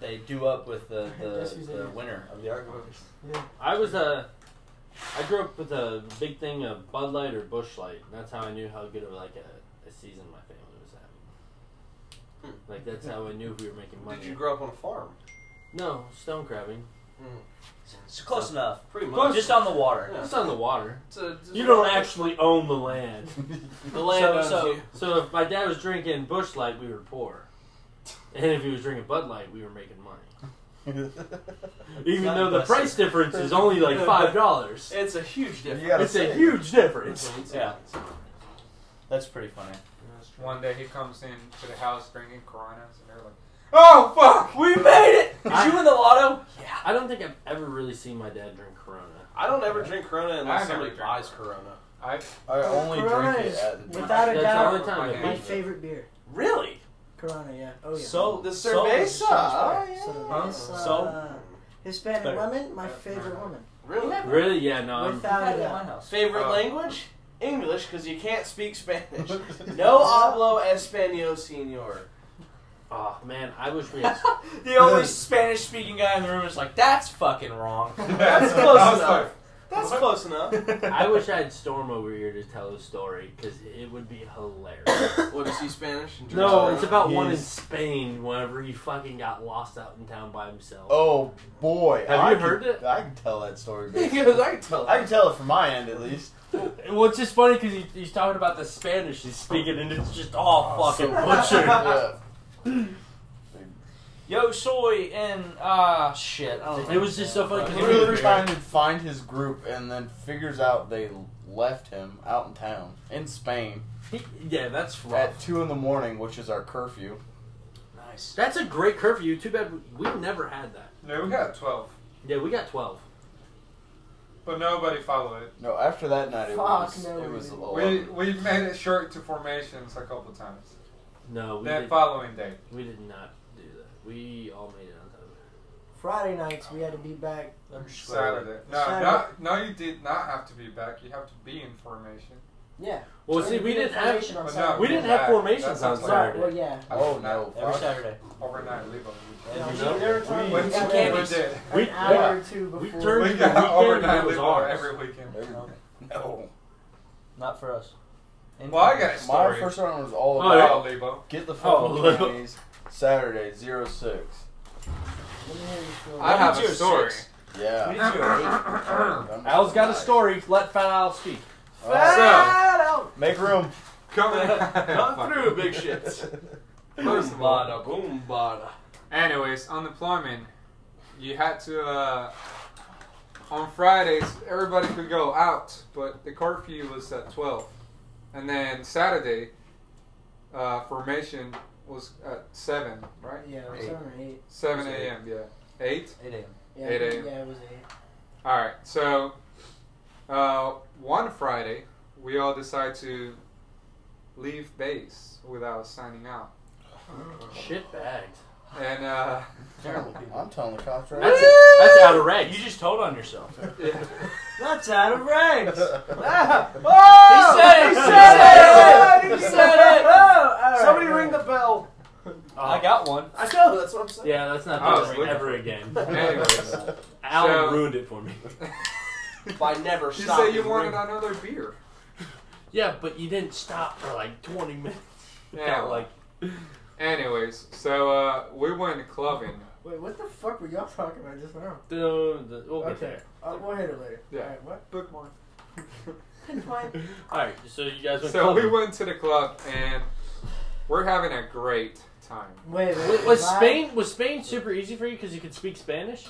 S3: they do up with the,
S1: Guess who's
S3: the, the
S1: there?
S3: winner of the art competition.
S5: I was a. I grew up with a big thing of Bud Light or Bush Light. and That's how I knew how good of like a, a season my family was having.
S4: Hmm.
S5: Like that's how I knew we were making money.
S4: Did you grow up on a farm?
S5: No, stone crabbing.
S3: It's close enough.
S4: Pretty much.
S3: Just on the water.
S4: Yeah.
S5: It's on the water.
S4: It's a- it's a-
S5: You don't actually own the land. The land
S3: So-
S5: owns
S3: so-
S5: you. So if my dad was drinking Bush Light, we were poor. And if he was drinking Bud Light, we were making money. Even
S3: Not
S5: though the
S3: busted.
S5: price difference is only like five dollars.
S4: It's a huge difference.
S6: You gotta
S5: It's a
S6: save.
S5: huge difference.
S3: Yeah. That's pretty funny.
S2: One day he comes in to the house drinking Coronas, and they're like, "Oh fuck,
S3: We made it! Did
S5: I-
S3: you win the lotto?
S5: I don't think I've ever really seen my dad drink Corona.
S4: I don't ever drink Corona unless
S2: I never
S4: somebody
S2: drink
S4: buys
S2: Corona.
S4: Corona.
S2: I
S6: I only
S1: Corona
S6: drink it
S1: is-
S6: at the
S1: Without a
S5: That's
S1: doubt.
S5: the only time I've
S1: My
S5: eaten it.
S1: favorite beer,
S3: Really?
S1: Corona. Yeah. Oh yeah.
S3: So
S4: The
S3: so-
S4: cerveza.
S3: so-
S4: Oh, yeah.
S1: Cerveza.
S3: So?
S1: Hispanic
S3: Better.
S1: woman, my
S2: Uh,
S1: favorite woman.
S4: Really?
S5: Really? Yeah, no. I'm-
S3: You had
S1: Without a
S3: it at my
S1: doubt.
S3: house.
S4: Favorite
S2: Uh,
S4: language? English, because you can't speak Spanish. no hablo español, señor.
S5: oh man, I wish we had
S3: The only Spanish speaking guy in the room is like, that's fucking wrong.
S4: That's
S2: I
S4: close
S2: was
S4: enough.
S2: like,
S4: That's
S2: What?
S4: close enough.
S5: I wish I had Storm over here to tell a story because it would be hilarious.
S4: What is he Spanish? And
S5: no,
S4: drinks
S5: it's about one in
S6: He's-
S5: Spain whenever he fucking got lost out in town by himself.
S6: Oh boy!
S5: Have
S6: I
S5: you
S6: can-
S5: heard it?
S6: I can tell that story.
S4: Corona.
S6: bitch.
S4: He goes, I can tell.
S6: I can tell it from my end at least.
S5: Well, it's just funny because he, he's talking about the Spanish he's speaking, and it's just all fucking Oh, butchered.
S6: Yeah.
S3: Yo soy and, ah, shit. I don't
S5: It was just so funny
S6: He
S5: because
S3: Fuck.
S5: we
S6: literally
S5: were
S6: trying to find his group and then figures out they left him out in town in Spain
S5: he, yeah, that's
S6: at
S5: rough.
S6: two in the morning, which is our curfew.
S3: Nice.
S5: That's a great curfew. Too bad we, we never had that.
S2: no, we got twelve,
S5: Yeah, we got twelve.
S2: but nobody followed it.
S6: No, after that night it
S1: Fuck
S6: was
S1: no,
S6: it was
S1: dude.
S2: We
S6: 11.
S2: we made it short to formations a couple times.
S5: No, we
S2: That
S5: did,
S2: following day,
S5: we did not do that. We all made it on time.
S1: Friday nights we had to be back.
S2: Saturday. No, no, no, you did not have to be back. You have to be in formation.
S1: Yeah.
S5: Well,
S1: So
S5: see, we
S1: did
S5: didn't have
S1: formation on
S2: But no,
S1: Saturday.
S5: we didn't
S2: That-
S5: have formations
S2: that
S5: on
S2: sounds like-
S1: Right. Well,
S5: Saturday.
S1: yeah.
S6: Oh no!
S3: Every
S6: fuck.
S3: Saturday.
S2: Overnight legal.
S1: No,
S5: you
S1: she-
S5: know,
S1: there were
S6: we-
S1: times
S6: we
S1: we got
S3: can't
S1: there
S3: be
S2: We did.
S5: We,
S1: an hour
S6: yeah.
S1: or two before.
S5: we turned
S2: We
S5: to the
S2: got
S5: weekend
S2: overnight
S5: and it was
S2: legal
S5: ours.
S2: every weekend.
S6: No. no.
S3: Not for us. And-
S2: Well, I got a
S6: My
S2: story.
S6: first round was all
S5: Oh,
S6: about
S5: yeah.
S2: Wow, Lebo.
S6: get the
S5: Oh,
S6: fucking
S5: Lebo.
S6: Chinese Saturday 06.
S1: Let me hear you feel.
S2: I have
S3: Yours,
S2: a story.
S3: six.
S6: Yeah. I'm
S5: Al's got a
S6: nice.
S5: story. Let Fat Al speak.
S6: All
S2: Fat-
S6: right.
S4: So,
S6: Make room.
S2: Coming
S4: come through, big shits.
S2: First
S4: Boom
S2: of all, uh,
S4: bada, boom bada.
S2: Anyways, unemployment. You had to uh, on Fridays everybody could go out, but the curfew was at twelve, and then Saturday uh, formation was at seven, right?
S1: Yeah, it was
S2: Eight.
S1: seven or eight.
S2: Seven
S3: It was eight.
S2: a.m. Yeah, eight.
S3: It ain't.
S1: Yeah,
S2: Eight
S1: I think-
S2: a.m.
S1: Yeah, it was eight.
S2: All right. So, uh, one Friday, we all decide to leave base without signing out,
S5: Shit bagged.
S2: and uh,
S3: Terrible people.
S6: I'm telling the cops right
S5: That's,
S6: now.
S5: that's out of rank.
S3: You just told on yourself.
S2: yeah.
S1: That's out of range.
S4: Ah,
S3: He said it!
S4: he said
S3: He
S4: it!
S3: said it!
S1: Oh, all right.
S4: Somebody ring the bell.
S3: I got one.
S4: I know, that's what I'm saying.
S5: Oh. Yeah, that's not
S2: I was
S5: doing
S2: looking
S5: ever again.
S2: Anyways,
S5: Al
S2: So-
S5: ruined it for me.
S4: By never
S2: you
S4: stopping.
S2: say you wanted
S4: ringing.
S2: another beer.
S5: Yeah, but you didn't stop for like 20 minutes.
S2: Yeah.
S5: like
S2: Anyways, so uh, we went clubbing.
S1: Wait, what the fuck were y'all talking about just now?
S5: the, the, we'll get
S1: Okay.
S5: there.
S1: Uh, we'll hit it later.
S2: Yeah.
S1: All right, what?
S2: Book one.
S1: Fine.
S5: All right, so you guys went.
S2: So we
S5: clubbing.
S2: went to the club and we're having a great time.
S1: Wait, wait,
S5: Was- was
S1: why-
S5: Spain was Spain super easy for you because you could speak Spanish?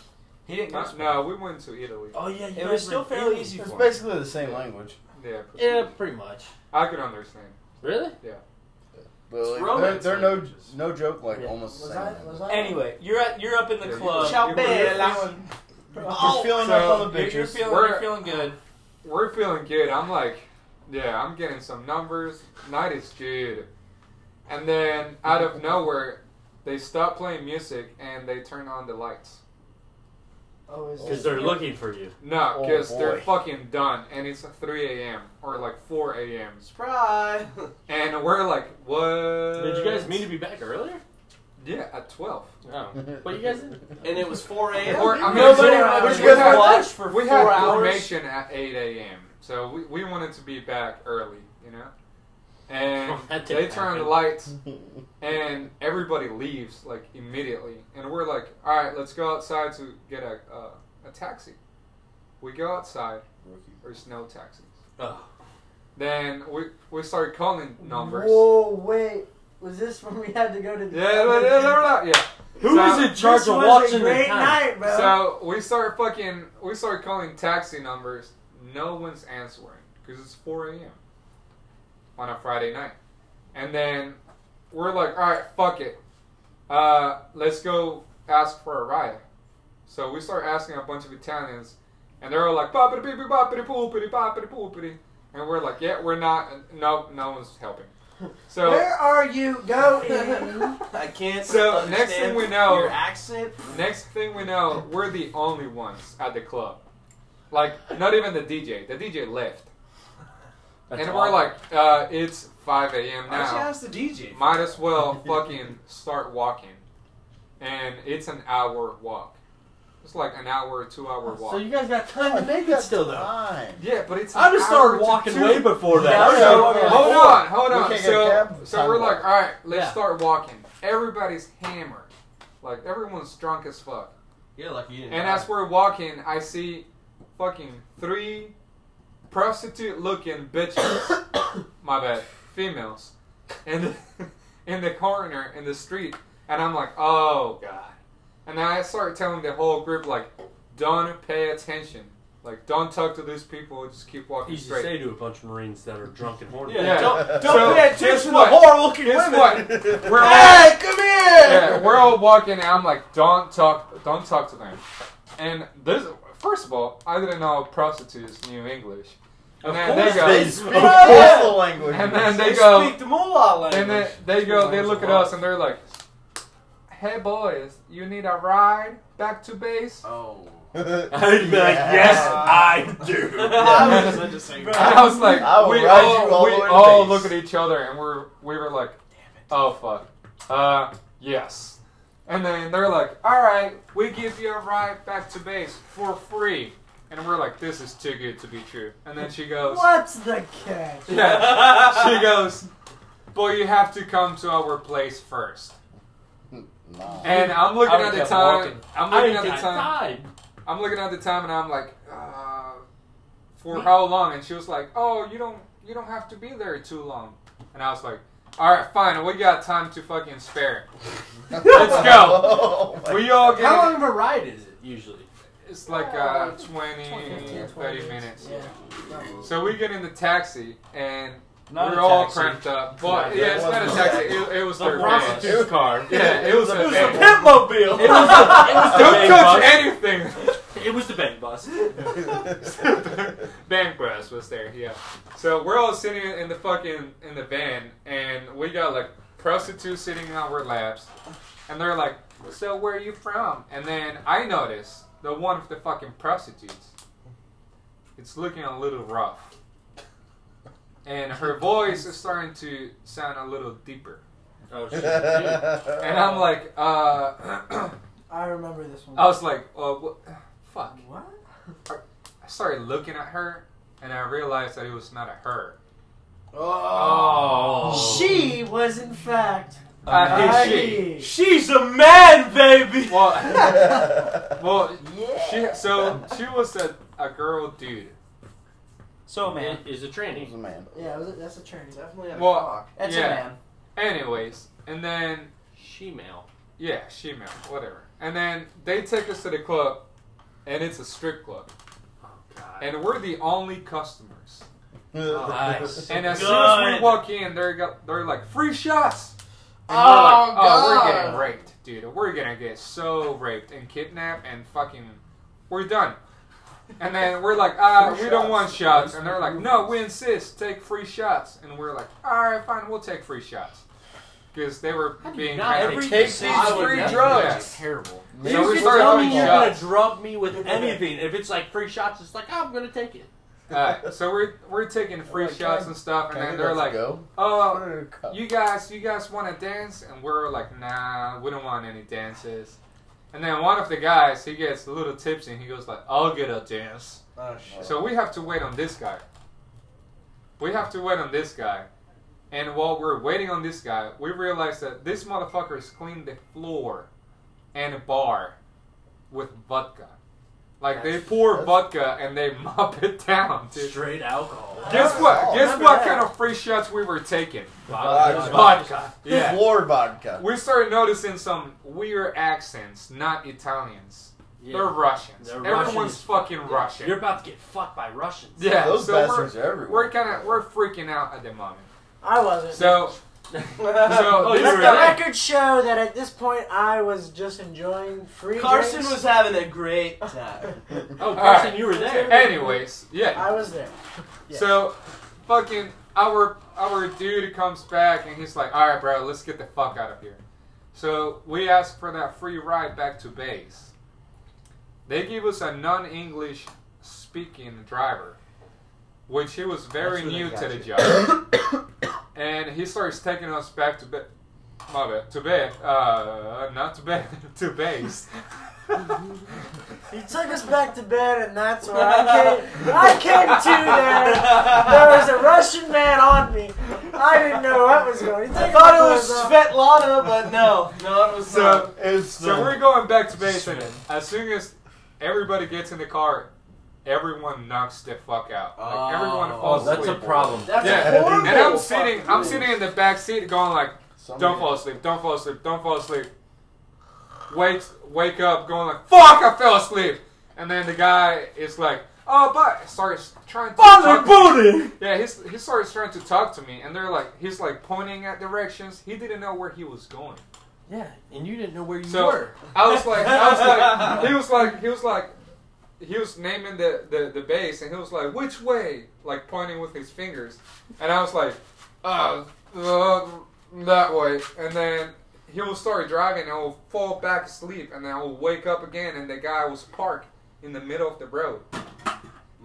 S3: He didn't
S2: Uh,
S3: go.
S2: no, we went to Italy.
S5: Oh yeah, you
S3: It was still fairly easy
S6: It's
S3: for him.
S6: basically the same language.
S2: Yeah,
S5: Yeah, pretty much.
S2: I could understand.
S5: Really?
S6: But like,
S4: Romance
S6: they're, they're no
S4: languages.
S6: no joke like
S5: Yeah.
S6: almost the
S1: Was
S6: same.
S1: I?
S6: language.
S1: Was I?
S3: Anyway, you're at, you're up in the
S2: Yeah, you-
S3: club.
S2: Ciao,
S3: You're-
S4: bella.
S1: Oh,
S6: You're feeling
S2: so
S6: up on the
S3: You're, you're
S6: bitches.
S3: feeling you're
S2: We're-
S3: feeling good.
S2: We're feeling good. I'm like, yeah, I'm getting some numbers. Night is good. And then out of nowhere, they stop playing music and they turn on the lights.
S1: Oh, is
S5: Because
S1: this-
S5: they're looking for you.
S2: No,
S6: Oh,
S2: because they're
S6: boy.
S2: fucking done, and it's 3 a.m. or like 4 a.m.
S4: Surprise!
S2: And we're like, what?
S5: Did you guys mean to be back earlier?
S2: Yeah, at 12.
S5: No. But you guys didn't.
S4: And it was 4 a.m.
S2: Or, I mean,
S3: Nobody
S2: we had-
S3: watched
S2: we had-
S3: watch for
S2: We
S3: four
S2: had
S3: hours.
S2: formation at 8 a.m., so we, we wanted to be back early, you know? And
S5: That didn't
S2: they turned
S5: happen.
S2: the lights, and everybody leaves like immediately, and we're like, all right, let's go outside to get a uh, a taxi. We go outside.
S6: Rookie.
S2: There's no taxis.
S5: Ugh.
S2: Then we we started calling numbers.
S1: Whoa, wait. Was this when we had to go to the.
S2: Yeah, yeah, yeah, yeah, yeah.
S5: Who
S2: So-
S5: is in charge
S1: This
S5: of
S1: was
S5: watching
S1: a great
S5: the time?
S1: night, bro.
S2: So we start fucking. We start calling taxi numbers. No one's answering because it's 4 a.m. on a Friday night, and then we're like, all right, fuck it. Uh, let's go ask for a ride. So we start asking a bunch of Italians, and they're all like, boppity beepity boppity poopity boppity poopity, and we're like, yeah, we're not. No, no one's helping. So
S1: Where are you going?
S4: I can't.
S2: So,
S4: understand
S2: next thing we know-
S4: your accent.
S2: Next thing we know, we're the only ones at the club. Like, not even the DJ. The DJ left.
S5: That's
S2: and
S5: awful.
S2: we're like, uh, it's 5 a.m.
S4: Why don't you
S2: now.
S4: ask the DJ?
S2: Might as well fucking start walking. And it's an hour walk. It's like an hour, two hour walk.
S5: Oh, So you guys got time to make it still though.
S6: Time.
S2: yeah, but it's.
S5: I
S2: an
S5: just started
S2: hour to
S5: walking
S2: two.
S5: way before that. I
S6: Yeah, I
S2: So,
S5: was
S6: know.
S5: like,
S6: Yeah.
S2: hold on, hold
S6: We
S2: on.
S6: can't get a
S2: so,
S6: cab.
S2: so we're like, all right, let's
S5: Yeah.
S2: start walking. Everybody's hammered. Like everyone's drunk as fuck.
S3: You're lucky you didn't.
S2: And
S3: die.
S2: as we're walking, I see fucking three prostitute looking bitches. my bad. Females. And in the corner in the street. And I'm like, oh god. And I start telling the whole group like, don't pay attention. Like, don't talk to these people, just keep walking
S5: Easy to
S2: straight.
S5: say to a bunch of Marines that are drunk and horny.
S4: Yeah,
S2: Yeah.
S4: don't don't
S2: So,
S4: pay
S2: guess
S4: attention to
S2: what?
S4: horrible-looking
S2: Guess
S4: women.
S2: what? We're all
S4: Hey, come here.
S2: yeah, we're all walking, and I'm like, don't talk, don't talk to them. And this, first of all, I didn't know prostitutes knew English. And then they go,
S6: They speak
S4: Yeah.
S6: personal language.
S2: and then
S4: They
S2: they go,
S4: speak the Moolah language.
S2: and then they go, they look at us, and they're like, "Hey boys, you need a ride back to base?"
S4: oh.
S5: I'd be like, yes, I do.
S4: I was just saying.
S1: Bro.
S2: And I was like,
S6: I will
S2: we
S6: ride
S2: all,
S6: you all
S2: we
S6: the way to
S2: all
S6: base.
S2: look at each other, and we're we were like, "Oh fuck, uh, yes." And then they're like, "All right, we give you a ride back to base for free," and we're like, "This is too good to be true." And then she goes,
S1: What's the catch?
S2: "Yeah," she goes, "But you have to come to our place first.
S6: Nah.
S2: And I'm looking
S5: I
S2: at the
S5: kept
S2: time.
S5: walking.
S2: I'm
S5: I ain't
S2: looking at the
S5: got
S2: time.
S5: time.
S2: I'm looking at the time and I'm like, uh, for how long? And she was like, oh, you don't, you don't have to be there too long. And I was like, all right, fine. We got time to fucking spare.
S6: Let's
S2: go.
S6: we
S2: We all
S5: How
S2: get.
S5: long of a ride is it usually?
S2: It's like uh, 20, 30 minutes. So we get in the taxi and
S3: Not
S2: we're
S3: a
S2: all
S3: taxi.
S2: cramped
S5: Not
S2: up. But
S5: a
S2: yeah, it's not a
S6: taxi.
S2: taxi. It, it was
S5: The
S2: their van.
S5: prostitute's car.
S2: Yeah, it was a
S6: It was a
S2: van.
S5: Pimp mobile. It was the, it was the
S2: Don't
S5: bang
S2: touch
S5: bus.
S2: anything.
S5: It was the bang bus.
S2: Bank Brass was there, yeah. So we're all sitting in the fucking in the van, and we got like prostitutes sitting on our laps, and they're like, "So where are you from?" And then I noticed the one of the fucking prostitutes. It's looking a little rough, and her voice is starting to sound a little deeper.
S5: Oh shit. Dude.
S2: And
S6: and
S2: I'm like, uh,
S1: I remember this one.
S2: I was like, oh, wh- fuck.
S1: What?
S2: I started looking at her, and I realized that it was not a her.
S5: Oh.
S1: She was, in fact,
S2: Uh,
S1: Uh,
S2: I hate she.
S1: Maggie.
S5: She's a man, baby.
S2: Well, well,
S1: Yeah.
S2: she. So she was a, a girl dude.
S3: So man,
S5: Is a tranny.
S6: a man.
S1: yeah, was it- that's a train.
S4: Definitely a
S2: Well,
S4: cock.
S3: that's
S2: Yeah.
S3: a man.
S2: Anyways, and then
S5: She male.
S2: yeah, she male, whatever. And then they take us to the club, and it's a strip club,
S5: Oh god.
S2: and we're the only customers.
S5: Nice.
S2: And as soon as
S5: Good.
S2: we walk in, they're got, they're like free shots. And
S1: Oh,
S2: we're like, oh, we're
S1: God.
S2: getting raped, dude. We're gonna get so raped and kidnapped and fucking. We're done. And then we're like, ah, we
S6: Free
S2: don't
S6: shots.
S2: want shots. And they're like, no, we insist, take free shots. And we're like, all right, fine, we'll take free shots. Because they were
S5: How do you
S2: being
S5: not
S2: kind
S5: every-
S2: of.
S5: Take
S4: these
S5: I would
S4: free
S5: never
S4: drugs.
S5: do that. Terrible.
S2: So
S5: you
S2: we
S5: can
S2: started
S5: tell me
S2: doing
S5: you're
S2: shots.
S5: gonna drug me with anything. If it's like free shots, it's like I'm gonna take it.
S2: Uh, so we're we're taking free
S6: Okay.
S2: shots and stuff, and then
S6: Oh Can
S2: they're
S6: I
S2: like,
S6: go?
S2: oh,
S6: Put it in a cup.
S2: you guys, you guys want to dance? And we're like, nah, we don't want any dances. And then one of the guys, he gets a little tipsy and he goes like, I'll get a dance.
S4: Oh, shit.
S2: So we have to wait on this guy. We have to wait on this guy. And while we're waiting on this guy, we realize that this motherfucker has cleaned the floor and a bar with vodka. Like they
S6: That's-
S2: pour
S6: that's-
S2: vodka and they mop it down, dude.
S5: Straight alcohol.
S2: Guess what?
S6: Oh,
S2: Guess
S1: remember
S2: what
S1: that.
S2: kind of free shots we were taking?
S6: Vodka.
S2: Vodka. Yeah.
S6: Floor vodka.
S2: We started noticing some weird accents, not Italians.
S5: Yeah.
S2: They're Russians.
S5: They're
S2: Everyone's
S5: Russians.
S2: fucking Russian.
S5: You're about to get fucked by Russians.
S2: yeah,
S6: Those
S2: so
S6: bastards
S2: we're,
S6: are everywhere.
S2: we're kind of we're freaking out at the moment.
S1: I wasn't.
S2: So, so
S5: Oh, you
S2: this
S1: Let
S5: were
S1: the
S2: guy-
S5: right.
S1: record show that at this point I was just enjoying free
S3: Carson
S1: drinks.
S3: was having a great time.
S5: Oh,
S2: All
S5: Carson,
S2: right.
S5: you were there.
S2: Anyways, yeah.
S1: I was there. yeah.
S2: So, fucking our our dude comes back and he's like, "All right, bro, let's get the fuck out of here." So we ask for that free ride back to base. They give us a non-English speaking driver, which he was very
S7: That's who
S2: new
S7: they
S2: to
S7: got
S2: the
S7: you.
S2: job, and he starts taking us back to bed. My bad, to bed, uh, not to bed, to base.
S1: He took us back to bed, and that's where I came. I came to there. There was a Russian man on me. I didn't know what was going. on.
S3: I thought it was Svetlana, but no, no, it was
S2: So.
S6: It's
S2: So we're going back to base, and as soon as everybody gets in the car, everyone knocks the fuck out. Like everyone
S3: Oh,
S2: falls
S5: that's a
S2: asleep.
S5: problem.
S3: That's
S2: Yeah,
S6: and
S3: horrible.
S2: And I'm
S6: Oh,
S2: sitting,
S6: fuck,
S2: I'm
S6: please.
S2: sitting in the back seat, going like,
S6: Some-
S2: "Don't fall asleep, don't fall asleep, don't fall asleep." Wake, wake up, going like, "Fuck, I fell asleep." And then the guy is like, "Oh, but," starts trying to. talk-
S5: booty.
S2: yeah, he's, he starts trying to talk to me, and they're like, he's like pointing at directions. He didn't know where he was going.
S5: Yeah, and you didn't know where you
S2: So-
S5: were.
S2: I was like, I was like, he was like, he was like, he was naming the, the, the base, and he was like, which way? Like pointing with his fingers, and I was like, uh, uh that way. And then he will start driving, and I will fall back asleep, and then I will wake up again, and the guy was parked in the middle of the road.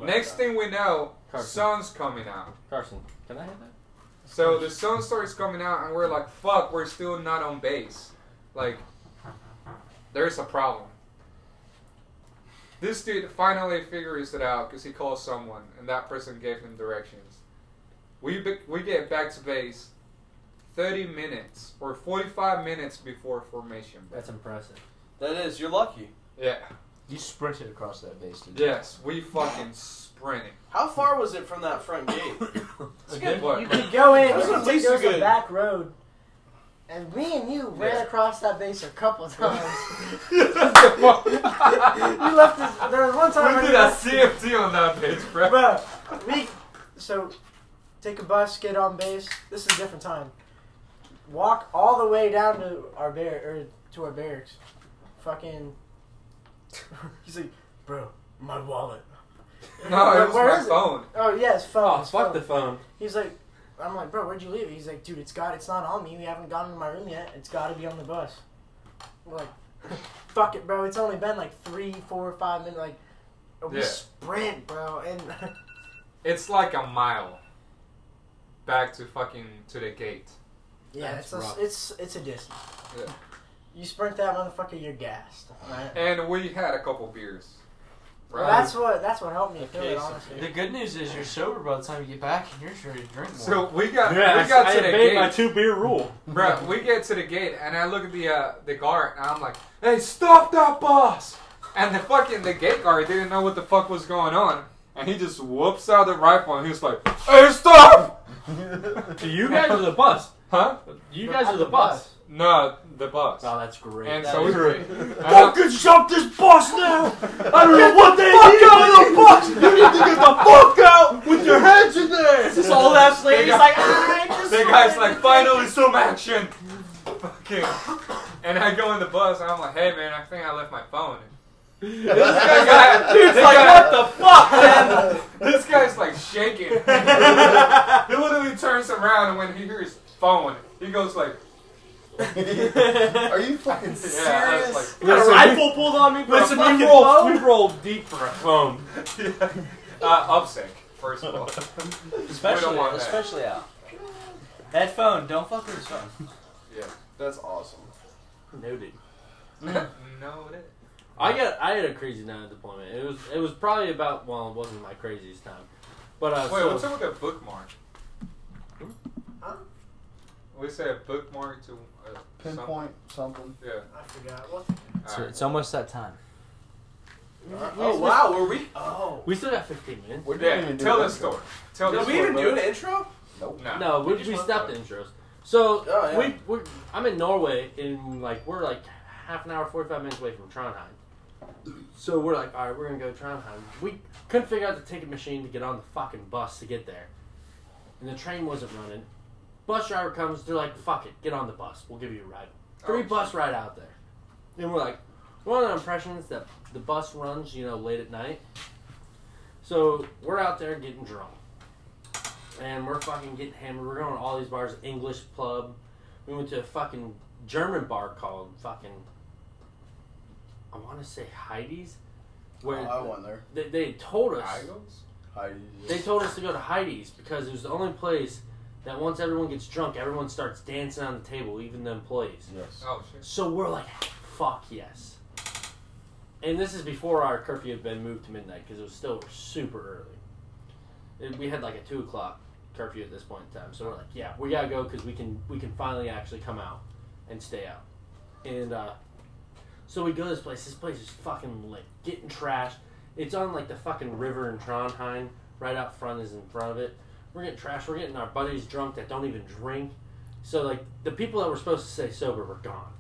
S2: Next thing we know,
S5: Carson.
S2: sun's coming out.
S5: Carson, can I have that?
S2: So the sun starts coming out, and we're like, fuck, we're still not on base. Like, there's a problem. This dude finally figures it out because he calls someone, and that person gave him directions. We, be- we get back to base 30 minutes or 45 minutes before formation. break.
S5: That's impressive.
S4: that is, you're lucky.
S2: Yeah.
S7: You sprinted across that base, didn't
S2: Yes, we fucking sprinting.
S4: How far was it from that front gate?
S5: It's
S2: good
S1: You
S2: one.
S1: could go in.
S4: That was
S1: You could
S4: at
S1: take
S4: least
S1: there was
S4: good.
S1: a back road, and me and you
S2: Yeah.
S1: ran across that base a couple times.
S2: we
S1: you left us. There was one time I
S2: did a CFT on that bitch, bro.
S1: Bro, we so take a bus, get on base. This is a different time. Walk all the way down to our bar or to our barracks. Fucking. He's like, bro, my wallet.
S2: No, it was
S1: Where
S2: my
S1: is it?
S2: phone.
S1: Oh yeah, it's phone.
S5: Oh,
S1: it's
S5: fuck
S1: phone.
S5: the phone.
S1: He's like, I'm like, bro, where'd you leave? it?" He's like, dude, it's got, it's not on me. We haven't gotten to my room yet. It's got to be on the bus. We're like, fuck it, bro. It's only been like three, four, five minutes. Like, we
S2: Yeah.
S1: sprint, bro, and
S2: It's like a mile back to fucking to the gate.
S1: yeah,
S5: That's
S1: it's a,
S5: rough.
S1: it's it's a distance.
S2: Yeah.
S1: You sprint that motherfucker, you're gassed. Right?
S2: And we had a couple beers.
S1: Well, that's what that's what helped me feel
S4: Okay,
S1: it
S4: so-
S1: honestly.
S3: The good news is you're sober by the time you get back, and you're sure to drink more.
S2: so we got
S5: Yeah,
S2: we got
S5: I,
S2: to
S5: I
S2: the
S5: obeyed
S2: gate,
S5: my two beer rule.
S2: bro. We get to the gate, and I look at the uh, the guard, and I'm like, "Hey, stop that boss!" And the fucking the gate guard didn't know what the fuck was going on, and he just whoops out the rifle, and he's like, "Hey, stop!"
S5: So you guys are the bus.
S2: Huh?
S5: You
S1: We're
S5: guys
S1: at
S5: are the
S1: the
S5: bus.
S2: No, the boss.
S5: Oh, that's great.
S2: and
S4: that
S2: so we
S4: is
S2: were.
S5: Fucking shop this bus now! I don't know what they fuck out of the bus! You need to get the fuck out with your heads in there!
S3: this old ass lady's like, I just.
S2: The guy's like, finally some action. Fucking. And I go in the bus and I'm like, hey man, I think I left my phone. This guy got,
S5: Dude's
S2: this
S5: like, what
S2: guy-
S5: the fuck, man?
S2: This guy's like shaking. he literally turns around and when he hears phone, he goes like,
S6: Are you fucking serious?
S2: yeah. I was like,
S5: Got a rifle
S3: pulled on me.
S5: Listen, we rolled, we rolled deep for a phone.
S2: uh, upsec, first of all. We don't
S3: Especially,
S2: want that.
S3: especially out. That phone, don't fuck with his phone.
S6: That's awesome.
S5: Noted.
S2: no, it
S5: I got I had a crazy night at deployment. It was it was probably about well, it wasn't my craziest time. But uh
S2: Wait,
S5: so-
S2: what's up with that bookmark? we say a bookmark to uh,
S6: Pinpoint something.
S2: Some, yeah.
S1: I forgot. What?
S7: So
S2: Alright.
S7: it's almost that time.
S4: Oh wow, were we?
S1: Oh.
S5: We still got 15 minutes.
S6: We're
S2: Yeah, tell the
S6: an intro.
S2: story. Tell the
S4: Did we
S2: story.
S4: even do an intro?
S6: Nope.
S2: No.
S5: No, we,
S3: We just
S5: we
S3: went
S5: stopped the intros. So
S4: Oh, yeah.
S5: we we I'm in Norway and like we're like half an hour, forty five minutes away from Trondheim. So we're like, all right, we're gonna go to Trondheim. We couldn't figure out the ticket machine to get on the fucking bus to get there, and the train wasn't running. Bus driver comes, they're like, fuck it, get on the bus, we'll give you a ride. Three
S2: Oh,
S5: bus ride out there, and we're like, we're under the impressions that the bus runs, you know, late at night. So we're out there getting drunk and we're fucking getting hammered. We're going to all these bars, English pub. We went to a fucking German bar called fucking, I want to say Heidi's, where
S6: Oh, I went there.
S5: they, they told us
S2: Idols?
S6: I,
S5: they told us to go to Heidi's because it was the only place that once everyone gets drunk, everyone starts dancing on the table, even the employees.
S6: yes.
S2: Oh shit.
S5: So we're like, fuck yes. And this is before our curfew had been moved to midnight because it was still super early. And We had like a two o'clock curfew at this point in time, so we're like, yeah, we gotta go because we can we can finally actually come out and stay out. And uh, so we go to this place. This place is fucking lit, getting trashed. It's on like the fucking river in Trondheim. Right out front is in front of it. We're getting trashed. We're getting our buddies drunk that don't even drink. So like the people that were supposed to stay sober were gone.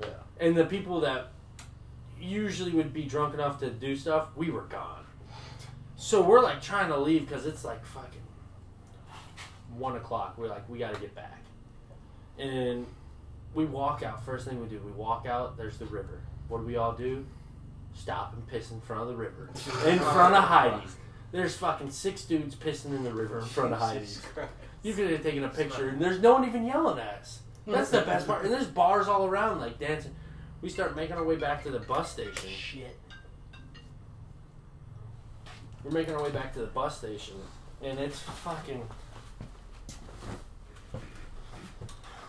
S6: Yeah.
S5: And the people that usually would be drunk enough to do stuff, we were gone. So we're like trying to leave because it's like fucking one o'clock. We're like, we got to get back. And we walk out. First thing we do, we walk out. There's the river. What do we all do? Stop and piss in front of the river. In front of Heidi's. There's fucking six dudes pissing in the river in front of Heidi's. You could have taken a picture, and there's no one even yelling at us. That's the best part. And there's bars all around, like dancing. We start making our way back to the bus station.
S1: Shit.
S5: We're making our way back to the bus station, and it's fucking.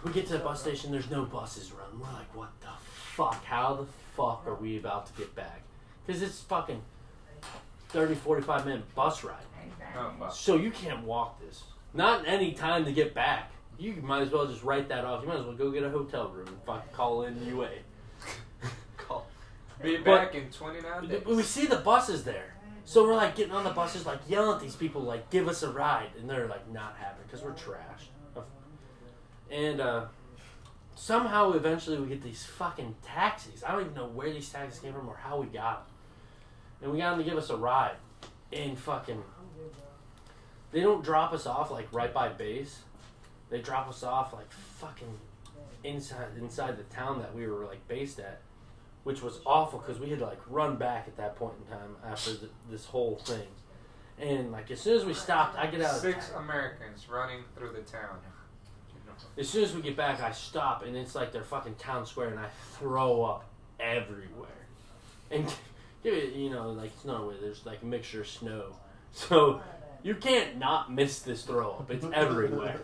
S5: We get to the bus station, there's no buses run. We're like, what the fuck? How the fuck are we about to get back? Because it's fucking 30, 45 minute bus ride.
S2: Oh, fuck.
S5: So you can't walk this. Not any time to get back. You might as well just write that off. You might as well go get a hotel room and fucking call in UA. call.
S2: Be
S5: But-
S2: back in 29 days.
S5: But we see the buses there. So we're like getting on the buses, like yelling at these people, like, give us a ride. And they're like, not having because we're trash. And uh, somehow eventually we get these fucking taxis. I don't even know where these taxis came from or how we got them. And we got them to give us a ride. And fucking. They don't drop us off like right by base. They drop us off like fucking inside inside the town that we were like based at which was awful because we had to like run back at that point in time after th this whole thing. And like as soon as we stopped, I get out. Of
S2: Six Americans running through the town.
S5: as soon as we get back, I stop and it's like their fucking town square, and I throw up everywhere. And give it, you know, like it's Norway. There's like a mixture of snow, so you can't not miss this throw up. It's everywhere.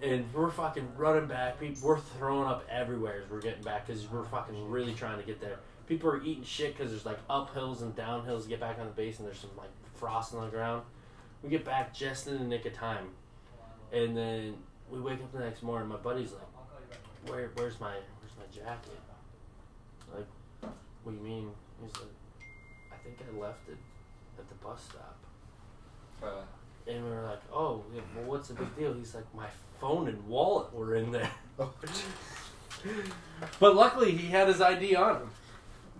S5: and we're fucking running back. People, we're throwing up everywhere as we're getting back because we're fucking really trying to get there. People are eating shit because there's like uphills and downhills to get back on the base, and there's some like frost on the ground. We get back just in the nick of time, and then we wake up the next morning. My buddy's like, "Where, where's my, where's my jacket?" Like, what do you mean? He's like, "I think I left it at the bus stop."
S2: Uh,
S5: And we were like, "Oh, yeah, well, what's the big deal?" He's like, "My phone and wallet were in there." But luckily, he had his ID on him.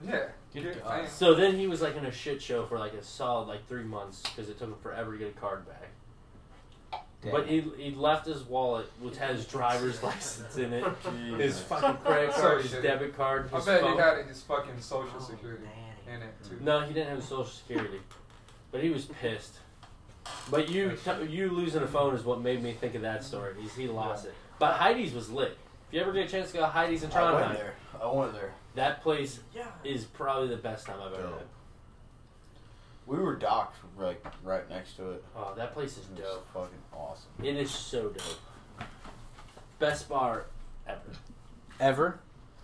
S2: yeah. Good
S7: God.
S2: thing.
S5: So then he was like in a shit show for like a solid like three months because it took him forever to get a card back. But he, he left his wallet, which had his driver's license in it,
S1: Oh,
S5: his fucking credit
S2: So
S5: card, his
S2: shitty.
S5: debit card,
S2: I
S5: his
S2: bet
S5: phone.
S2: he had his fucking social security
S1: Nanny.
S2: in it too.
S5: no, he didn't have his social security, but he was pissed. But you t- you losing a phone is what made me think of that story. Is he lost it? But Heidi's was lit. If you ever get a chance to go to Heidi's in
S6: I went
S5: Trondheim,
S6: there. I went there.
S5: that place
S1: Yeah.
S5: is probably the best time I've ever
S6: Dope.
S5: had.
S6: We were docked like right next to it.
S5: Oh, that place is
S6: It was
S5: dope.
S6: fucking awesome.
S5: It is so dope. Best bar ever.
S7: Ever?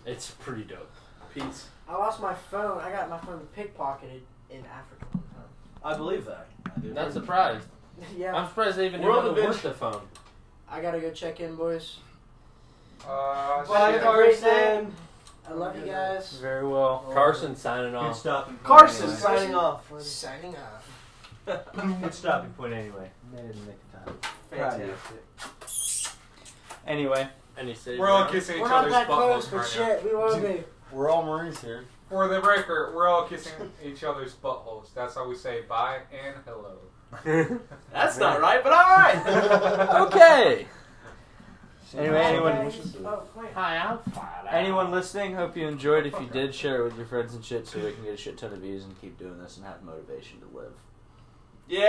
S5: It's pretty dope.
S4: Peace.
S1: I lost my phone. I got my phone pickpocketed in Africa one time.
S4: I believe that. I do.
S5: Not surprised.
S1: yeah.
S5: I'm surprised they even knew
S4: We're
S5: how
S4: on
S5: to
S4: the
S5: work
S4: bench.
S5: the phone.
S1: I gotta go check in, boys.
S2: Uh,
S1: Well,
S2: shit.
S1: I got a great night. I love you guys.
S5: Very well. Carson signing
S8: Good
S5: off.
S8: stopping point.
S4: Carson
S8: anyway.
S4: signing off.
S1: Signing off.
S8: Good stopping point anyway. Made it in the nick of time.
S4: Fantastic.
S3: Anyway,
S5: And he said,
S2: We're all kissing each
S1: We're not
S2: other's
S1: that close,
S2: buttholes
S1: but
S2: right now.
S1: shit, we will be.
S6: We're all Marines here.
S2: For the record, we're all kissing each other's buttholes. That's how we say bye and hello.
S4: That's not right, but all right.
S3: okay. Anyway,
S1: Bye,
S3: anyone-
S1: guys. Oh, wait.
S5: Hi, I'm fine.
S3: Anyone listening, hope you enjoyed. If you did, share it with your friends and shit so we can get a shit ton of views and keep doing this and have motivation to live.
S4: Yeah.